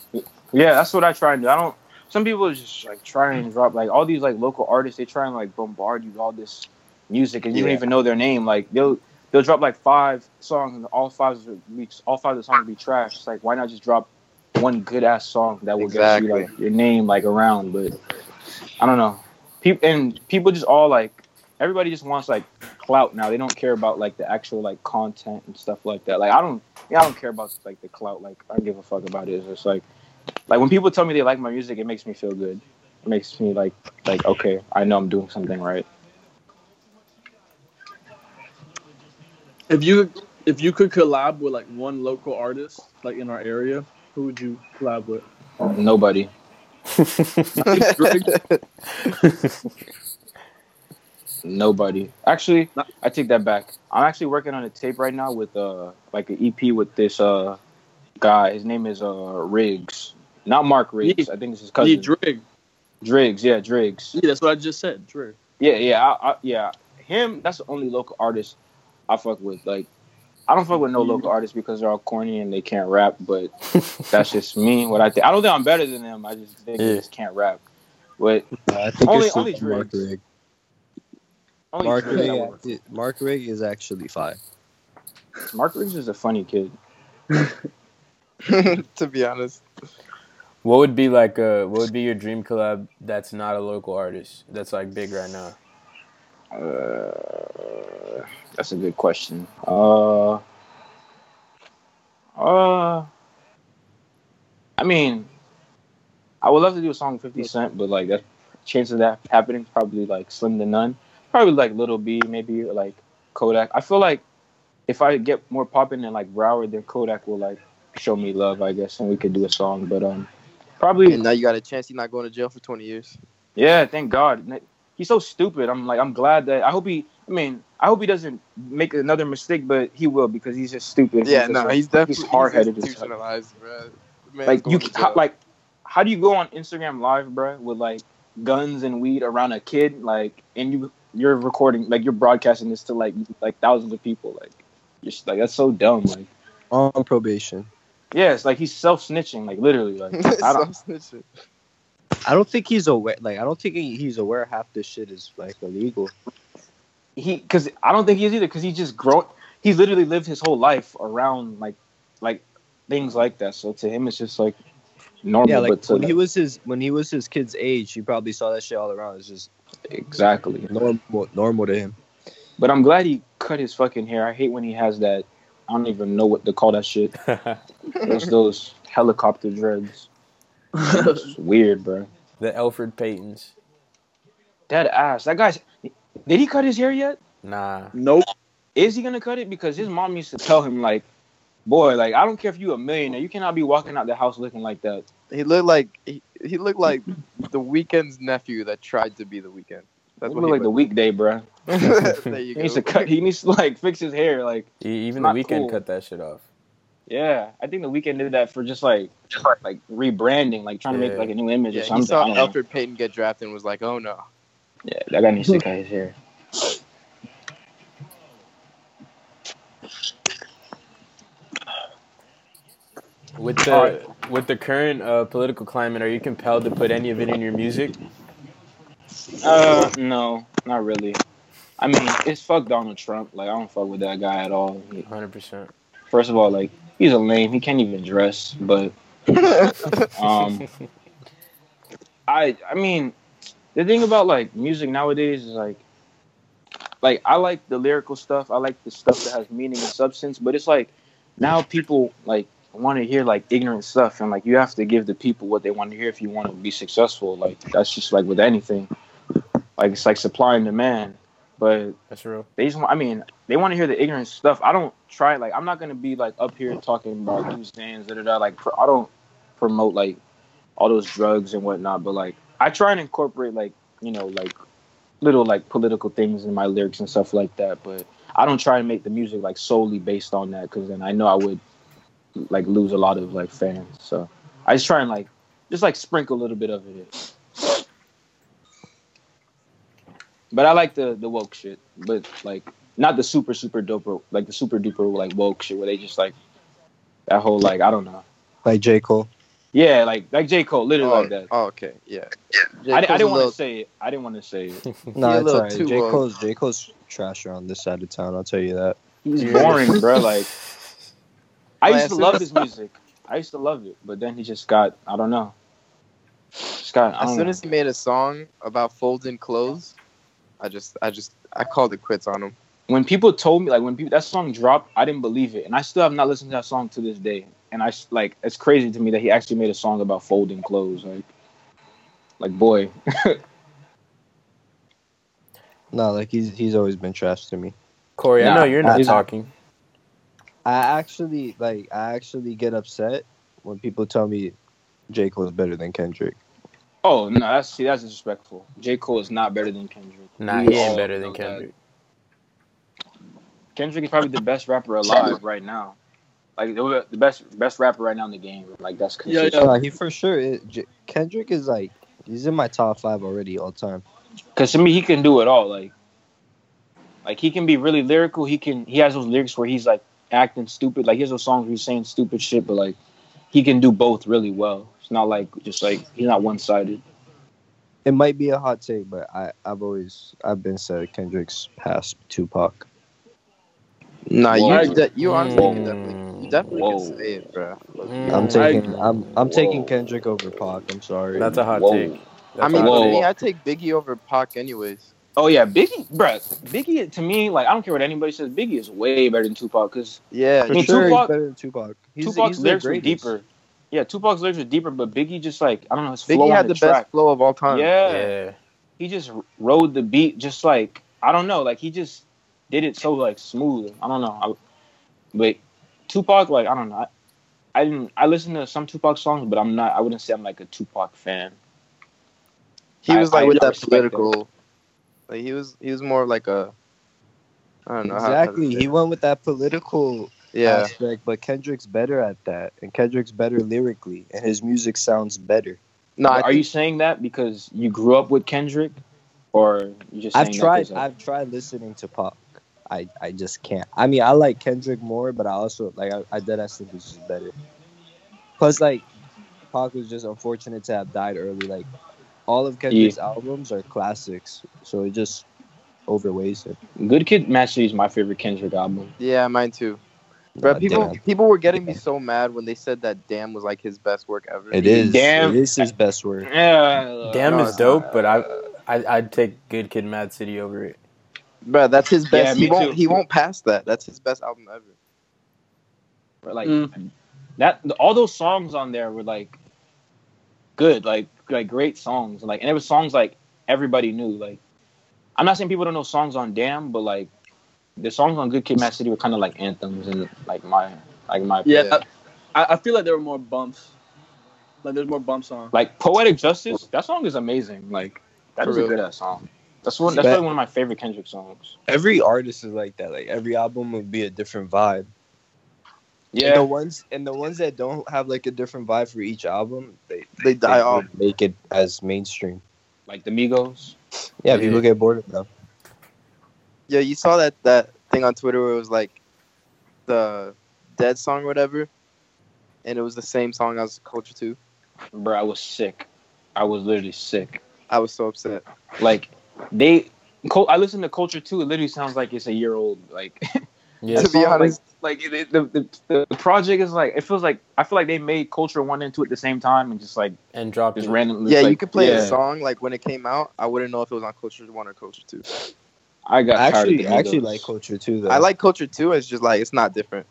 [SPEAKER 4] Yeah, that's what I try and do. I don't. Some people just like try and drop like all these like local artists. They try and like bombard you with all this music, and you
[SPEAKER 3] Yeah.
[SPEAKER 4] don't even know their name. Like they'll they'll drop like five songs, and all five will be all five of the songs will be trash. It's like why not just drop one good ass song that will get you
[SPEAKER 3] Exactly.
[SPEAKER 4] like your name like around? But I don't know. People and people just all like everybody just wants like clout now. They don't care about like the actual like content and stuff like that. Like I don't yeah, I don't care about like the clout. Like I don't give a fuck about it. It's just like like when people tell me they like my music, it makes me feel good. It makes me like like okay, I know I'm doing something right.
[SPEAKER 6] If you if you could collab with like one local artist, like in our area, who would you collab with?
[SPEAKER 4] Nobody. Nobody. Actually, I take that back. I'm actually working on a tape right now with uh like an EP with this uh guy. His name is uh Riggs. Not Mark Riggs. I think it's his
[SPEAKER 6] Yeah,
[SPEAKER 4] cousin.
[SPEAKER 6] Drake.
[SPEAKER 4] Driggs, yeah, Driggs.
[SPEAKER 6] Yeah, that's what I just said. Drake.
[SPEAKER 4] Yeah, yeah, I, I, yeah. Him, that's the only local artist I fuck with. Like, I don't fuck with no local artists because they're all corny and they can't rap. But that's just me. What I think. I don't think I'm better than them. I just think
[SPEAKER 5] Yeah.
[SPEAKER 4] they just can't rap. But
[SPEAKER 7] I think
[SPEAKER 4] Only-
[SPEAKER 7] it's
[SPEAKER 4] only
[SPEAKER 7] just Mark
[SPEAKER 4] Driggs.
[SPEAKER 7] Rigg.
[SPEAKER 4] only
[SPEAKER 7] Mark
[SPEAKER 4] Driggs I
[SPEAKER 7] Rigg,
[SPEAKER 4] work
[SPEAKER 7] it- Mark Rigg is actually fire.
[SPEAKER 4] with. Mark Riggs is a funny kid.
[SPEAKER 3] to be honest,
[SPEAKER 5] What would be like uh what would be your dream collab that's not a local artist that's like big right now?
[SPEAKER 4] Uh, that's a good question. Uh, uh, I mean, I would love to do a song with 50 Cent, but like that chance of that happening is probably like slim to none. Probably like Little B, maybe or, like Kodak. I feel like if I get more popping and like Broward, then Kodak will like show me love, I guess, and we could do a song. But um, probably
[SPEAKER 3] and now you got a chance. You're not going to jail for 20 years.
[SPEAKER 4] yeah, thank God. He's so stupid. I'm like, I'm glad that I hope he. I mean, I hope he doesn't make another mistake, but he will because he's just stupid.
[SPEAKER 3] Yeah,
[SPEAKER 4] just
[SPEAKER 3] no,
[SPEAKER 4] a-
[SPEAKER 3] he's definitely
[SPEAKER 4] he's hard-headed as fuck.
[SPEAKER 3] institutionalized, bro. The man's
[SPEAKER 4] like
[SPEAKER 3] going
[SPEAKER 4] you.
[SPEAKER 3] to
[SPEAKER 4] ca- How,
[SPEAKER 3] jail.
[SPEAKER 4] like, how do you go on Instagram Live, bro, with like guns and weed around a kid, like, and you you're recording, like you're broadcasting this to like like thousands of people. Like, you're just, like that's so dumb. Like,
[SPEAKER 2] on probation.
[SPEAKER 4] yeah, it's like he's self snitching. Like literally, like I don't.
[SPEAKER 3] Substitute.
[SPEAKER 2] I don't think he's aware. Like I don't think he, he's aware half this shit is like illegal.
[SPEAKER 4] he because I don't think he is either because he just grown. He's literally lived his whole life around like like things like that. So to him, it's just like normal.
[SPEAKER 2] Yeah, like
[SPEAKER 4] but to
[SPEAKER 2] when he
[SPEAKER 4] like-
[SPEAKER 2] was his when he was his kid's age, he probably saw that shit all around. It's just
[SPEAKER 4] exactly.
[SPEAKER 2] normal, normal to him.
[SPEAKER 4] But I'm glad he cut his fucking hair. I hate when he has that. I don't even know what to call that shit. Those those helicopter dreads. It's weird, bro.
[SPEAKER 5] the Alfred Paytons.
[SPEAKER 4] That ass. That guy's. Did he cut his hair yet?
[SPEAKER 5] Nah.
[SPEAKER 6] Nope.
[SPEAKER 4] Is he gonna cut it? Because his mom used to tell him like, "Boy, like I don't care if you a millionaire, you cannot be walking out the house looking like that."
[SPEAKER 3] He looked like he, he looked like the weekend's nephew that tried to be the weekend. That's
[SPEAKER 4] you look like the weekday, bro.
[SPEAKER 3] the there you
[SPEAKER 4] He needs
[SPEAKER 3] go.
[SPEAKER 4] to cut. He needs to like fix his hair. Like,
[SPEAKER 5] E- even
[SPEAKER 4] Not
[SPEAKER 5] the weekend
[SPEAKER 4] cool.
[SPEAKER 5] cut that shit off.
[SPEAKER 4] yeah, I think the weekend did that for just like, like rebranding, like trying to
[SPEAKER 5] Yeah.
[SPEAKER 4] make like a new image
[SPEAKER 3] Yeah,
[SPEAKER 4] or
[SPEAKER 3] he
[SPEAKER 4] something. I
[SPEAKER 3] saw
[SPEAKER 4] don't know.
[SPEAKER 3] Alfred Payton get drafted and was like, "Oh no."
[SPEAKER 4] Yeah, that guy needs to cut his hair.
[SPEAKER 5] With the with the current uh, political climate, are you compelled to put any of it in your music?
[SPEAKER 4] Uh, no, not really. I mean, it's fuck Donald Trump. Like, I don't fuck with that guy at all. He-
[SPEAKER 5] Hundred percent.
[SPEAKER 4] First of all, like, he's a lame. He can't even dress. But, um, I, I mean, the thing about like music nowadays is like, like I like the lyrical stuff. I like the stuff that has meaning and substance. But it's like now people like want to hear like ignorant stuff, and like you have to give the people what they want to hear if you want to be successful. Like that's just like with anything. Like it's like supply and demand. But
[SPEAKER 5] That's real.
[SPEAKER 4] they just want, I mean, they want to hear the ignorant stuff. I don't try, like, I'm not going to be, like, up here talking about loose stands, da da da. Like, pro- I don't promote, like, all those drugs and whatnot, but, like, I try and incorporate, like, you know, like, little, like, political things in my lyrics and stuff like that, but I don't try and make the music, like, solely based on that, because then I know I would, like, lose a lot of, like, fans. So I just try and, like, just, like, sprinkle a little bit of it in. But I like the, the woke shit, but, like, not the super super duper like the super duper like woke shit where they just like that whole like I don't know.
[SPEAKER 2] Like J Cole.
[SPEAKER 4] Yeah, like like J Cole, literally
[SPEAKER 3] Oh,
[SPEAKER 4] like that.
[SPEAKER 3] oh, okay, yeah.
[SPEAKER 4] I, di- I didn't want to
[SPEAKER 3] want
[SPEAKER 4] say it. I didn't want to say it.
[SPEAKER 2] No,
[SPEAKER 3] He a
[SPEAKER 2] it's
[SPEAKER 3] little
[SPEAKER 2] alright.
[SPEAKER 3] too
[SPEAKER 2] J
[SPEAKER 3] woke.
[SPEAKER 2] Cole's J Cole's trash around this side of town. I'll tell you that.
[SPEAKER 4] He's
[SPEAKER 5] Yeah.
[SPEAKER 4] boring, bro. Like I used to
[SPEAKER 3] Classic.
[SPEAKER 4] love his music. I used to love it, but then he just got I don't know. Just got I
[SPEAKER 3] As
[SPEAKER 4] don't
[SPEAKER 3] soon
[SPEAKER 4] know.
[SPEAKER 3] as he made a song about folding clothes, I just I just I called it quits on him.
[SPEAKER 4] when people told me like when people that song dropped, I didn't believe it, and I still have not listened to that song to this day. And I s- like it's crazy to me that he actually made a song about folding clothes. Like, like boy,
[SPEAKER 2] No, like he's he's always been trash to me.
[SPEAKER 5] Corey, I
[SPEAKER 4] Nah,
[SPEAKER 5] know you're not
[SPEAKER 4] he's-
[SPEAKER 5] talking.
[SPEAKER 2] I actually like I actually get upset when people tell me J Cole's better than Kendrick.
[SPEAKER 4] Oh no, that's see, that's disrespectful. J. Cole is not better than Kendrick.
[SPEAKER 5] Nah,
[SPEAKER 4] We
[SPEAKER 5] he ain't
[SPEAKER 4] all
[SPEAKER 5] better
[SPEAKER 4] know
[SPEAKER 5] than
[SPEAKER 4] that.
[SPEAKER 5] Kendrick.
[SPEAKER 4] Kendrick is probably the best rapper alive right now. Like the the best best rapper right now in the game. Like that's
[SPEAKER 6] Yeah,
[SPEAKER 4] consistent.
[SPEAKER 2] No, he for sure. Is, J- Kendrick is like he's in my top five already all time.
[SPEAKER 4] Cause to me, he can do it all. Like, like he can be really lyrical. He can. He has those lyrics where he's like acting stupid. Like he has those songs where he's saying stupid shit. But like, he can do both really well. It's not like just like he's not one sided.
[SPEAKER 2] It might be a hot take, but I I've always I've been said Kendrick's past Tupac.
[SPEAKER 3] Nah,
[SPEAKER 4] Whoa.
[SPEAKER 3] you de- you honestly
[SPEAKER 5] Whoa.
[SPEAKER 3] can definitely you definitely
[SPEAKER 4] Whoa.
[SPEAKER 3] can say it, bro.
[SPEAKER 2] I'm
[SPEAKER 3] Um,
[SPEAKER 5] Mm,
[SPEAKER 2] taking
[SPEAKER 5] I-
[SPEAKER 2] I'm I'm taking
[SPEAKER 4] Whoa.
[SPEAKER 2] Kendrick over Pac. I'm sorry.
[SPEAKER 5] That's a hot
[SPEAKER 4] Whoa.
[SPEAKER 5] take.
[SPEAKER 3] I
[SPEAKER 5] That's
[SPEAKER 3] mean,
[SPEAKER 5] a hot
[SPEAKER 4] Whoa.
[SPEAKER 3] for
[SPEAKER 5] take.
[SPEAKER 3] me, I take Biggie over Pac anyways.
[SPEAKER 4] Oh yeah, Biggie, bruh. Biggie to me, like I don't care what anybody says. Biggie is way better than Tupac. Cause
[SPEAKER 3] Yeah,
[SPEAKER 2] For
[SPEAKER 4] mean,
[SPEAKER 2] sure,
[SPEAKER 4] Tupac-
[SPEAKER 2] he's better than Tupac. He's,
[SPEAKER 4] Tupac's
[SPEAKER 2] he's the
[SPEAKER 4] lyrics were
[SPEAKER 2] greatest.
[SPEAKER 4] deeper. Yeah, Tupac's lyrics were deeper, but Biggie just like I don't know his flow
[SPEAKER 3] Biggie
[SPEAKER 4] on
[SPEAKER 3] had
[SPEAKER 4] the,
[SPEAKER 3] the,
[SPEAKER 4] track.
[SPEAKER 3] best flow of all time.
[SPEAKER 4] yeah.
[SPEAKER 5] Yeah.
[SPEAKER 4] he just rode the beat, just like I don't know, like he just did it so like smooth. I don't know, I, but Tupac, like I don't know, I, I didn't. I listened to some Tupac songs, but I'm not. I wouldn't say I'm like a Tupac fan.
[SPEAKER 3] he
[SPEAKER 4] I-
[SPEAKER 3] was
[SPEAKER 4] I
[SPEAKER 3] like with that
[SPEAKER 4] respect that.
[SPEAKER 3] political. Like he was he was more of like a. I don't know how- how to
[SPEAKER 2] Exactly.
[SPEAKER 3] say
[SPEAKER 2] He
[SPEAKER 3] it.
[SPEAKER 2] went with that political
[SPEAKER 3] yeah.
[SPEAKER 2] aspect, but Kendrick's better at that, and Kendrick's better lyrically, and his music sounds better.
[SPEAKER 3] No, I
[SPEAKER 4] Are
[SPEAKER 3] think-
[SPEAKER 4] you saying that because you grew up with Kendrick? or you just?
[SPEAKER 2] I've
[SPEAKER 4] saying that
[SPEAKER 2] tried.
[SPEAKER 4] 'cause, like-
[SPEAKER 2] I've tried listening to pop. I, I just can't. I mean, I like Kendrick more, but I also like I, I dead ass think he's just better. Plus, like, Pac was just unfortunate to have died early. Like, all of Kendrick's albums are classics, so it just overweighs it.
[SPEAKER 4] Good Kid, Mad City is my favorite Kendrick album.
[SPEAKER 3] Yeah, mine too. Bro,
[SPEAKER 2] Nah,
[SPEAKER 3] people
[SPEAKER 2] Oh, damn.
[SPEAKER 3] people were getting me
[SPEAKER 2] Damn.
[SPEAKER 3] so mad when they said that Damn was like his best work ever.
[SPEAKER 2] it is.
[SPEAKER 4] Damn.
[SPEAKER 2] It is his best work.
[SPEAKER 4] Yeah,
[SPEAKER 5] Damn
[SPEAKER 4] no,
[SPEAKER 5] is
[SPEAKER 4] it's
[SPEAKER 5] dope,
[SPEAKER 4] not.
[SPEAKER 5] but I, I I'd take Good Kid, Mad City over it.
[SPEAKER 3] Bro, that's his
[SPEAKER 4] Yeah,
[SPEAKER 3] best.
[SPEAKER 4] me
[SPEAKER 3] he won't
[SPEAKER 4] too.
[SPEAKER 3] he won't pass that. That's his best album ever.
[SPEAKER 4] But, like
[SPEAKER 6] Mm.
[SPEAKER 4] that, all those songs on there were like good, like like great songs, like and it was songs like everybody knew. Like I'm not saying people don't know songs on Damn, but like the songs on Good Kid, Mad City were kind of like anthems and like my like my
[SPEAKER 6] Yeah,
[SPEAKER 3] Yeah.
[SPEAKER 6] I, I feel like there were more bumps. Like there's more bumps on.
[SPEAKER 4] like Poetic Justice. That song is amazing. Like that
[SPEAKER 3] For
[SPEAKER 4] is a
[SPEAKER 3] real.
[SPEAKER 4] good ass song. That's one. That's
[SPEAKER 2] Bet.
[SPEAKER 4] probably one of my favorite Kendrick songs.
[SPEAKER 2] Every artist is like that. Like every album would be a different vibe.
[SPEAKER 4] Yeah,
[SPEAKER 2] And the ones and the ones that don't have like a different vibe for each album, they
[SPEAKER 3] They die
[SPEAKER 2] they
[SPEAKER 3] off.
[SPEAKER 2] don't Make it as mainstream.
[SPEAKER 4] like the Migos.
[SPEAKER 2] Yeah,
[SPEAKER 5] Yeah.
[SPEAKER 4] Mm-hmm.
[SPEAKER 2] people get bored of them.
[SPEAKER 3] Yeah, you saw that that thing on Twitter where it was like the dead song or whatever, and it was the same song as Culture Two.
[SPEAKER 4] Bro, I was sick. I was literally sick.
[SPEAKER 3] I was so upset.
[SPEAKER 4] Like they, Cul- I listen to Culture Two. It literally sounds like it's a year old. Like
[SPEAKER 5] Yeah,
[SPEAKER 3] to be
[SPEAKER 4] Like-
[SPEAKER 3] honest,
[SPEAKER 4] like it- the, the the project is like it feels like I feel like they made Culture One and Two at the same time and just like
[SPEAKER 5] and dropped
[SPEAKER 4] just
[SPEAKER 5] it.
[SPEAKER 4] randomly.
[SPEAKER 3] yeah,
[SPEAKER 4] like,
[SPEAKER 3] you could play
[SPEAKER 4] yeah,
[SPEAKER 3] the song like when it came out. I wouldn't know if it was on Culture One or Culture Two.
[SPEAKER 4] I got
[SPEAKER 2] I actually
[SPEAKER 4] tired of
[SPEAKER 2] I
[SPEAKER 4] the
[SPEAKER 2] actually
[SPEAKER 4] Migos.
[SPEAKER 2] like culture too though.
[SPEAKER 3] I like Culture Two. It's just like it's not different.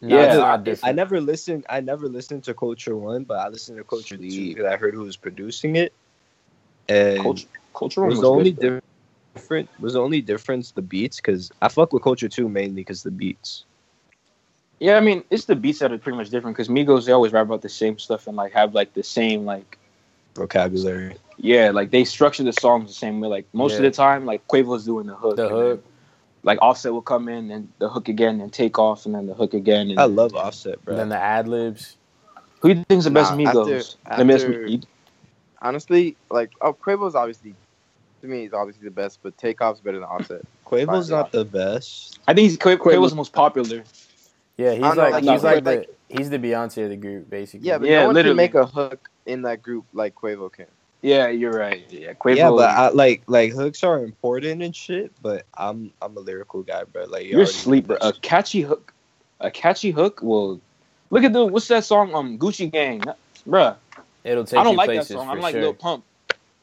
[SPEAKER 5] No,
[SPEAKER 4] Yeah.
[SPEAKER 5] it's not
[SPEAKER 2] I
[SPEAKER 5] different.
[SPEAKER 2] never listened I never listened to Culture One, but I listened to Culture Two
[SPEAKER 4] Sleep.
[SPEAKER 2] because I heard who was producing it. And
[SPEAKER 4] Culture. Culture One
[SPEAKER 2] was
[SPEAKER 4] was,
[SPEAKER 2] the only
[SPEAKER 4] good.
[SPEAKER 2] diff- different was the only difference the beats because I fuck with Culture Two mainly because the beats.
[SPEAKER 4] Yeah, I mean it's the beats that are pretty much different because Migos they always rap about the same stuff and like have like the same like
[SPEAKER 2] Vocabulary.
[SPEAKER 4] yeah like they structure the songs the same way. Like most of
[SPEAKER 5] Yeah.
[SPEAKER 4] the time like Quavo's doing the hook.
[SPEAKER 5] The
[SPEAKER 4] and
[SPEAKER 5] hook.
[SPEAKER 4] like Offset will come in and the hook again and take off and then the hook again. And
[SPEAKER 2] I love offset, bro.
[SPEAKER 5] Then the ad libs.
[SPEAKER 4] who do you think's the best
[SPEAKER 3] Nah, after-
[SPEAKER 4] Migos? Let me ask
[SPEAKER 3] after-
[SPEAKER 4] you-
[SPEAKER 3] Honestly, like oh, Quavo's obviously to me is obviously the best, but Takeoff's better than Offset.
[SPEAKER 2] Quavo's
[SPEAKER 3] Fine.
[SPEAKER 2] not the best.
[SPEAKER 4] I think he's Quavo,
[SPEAKER 6] Quavo.
[SPEAKER 4] Quavo's the most popular.
[SPEAKER 5] Yeah, he's
[SPEAKER 3] I know,
[SPEAKER 5] like,
[SPEAKER 3] like,
[SPEAKER 5] he's
[SPEAKER 3] you
[SPEAKER 5] like
[SPEAKER 3] were,
[SPEAKER 5] the he's the Beyonce of the group, basically.
[SPEAKER 3] Yeah, but
[SPEAKER 4] Yeah,
[SPEAKER 3] no one can
[SPEAKER 4] literally.
[SPEAKER 3] make a hook in that group like Quavo can.
[SPEAKER 4] Yeah, you're right. Yeah, Quavo.
[SPEAKER 2] Yeah, but I, like like hooks are important and shit. But I'm I'm a lyrical guy, bro. Like you
[SPEAKER 4] you're
[SPEAKER 2] already-
[SPEAKER 4] sleep, bro. A catchy hook, a catchy hook will. Look at the what's that song? Um, Gucci Gang, bruh.
[SPEAKER 5] it'll take
[SPEAKER 4] I don't
[SPEAKER 5] you
[SPEAKER 4] like that
[SPEAKER 5] places
[SPEAKER 4] song.
[SPEAKER 5] for
[SPEAKER 4] I'm like
[SPEAKER 5] sure.
[SPEAKER 4] Lil Pump.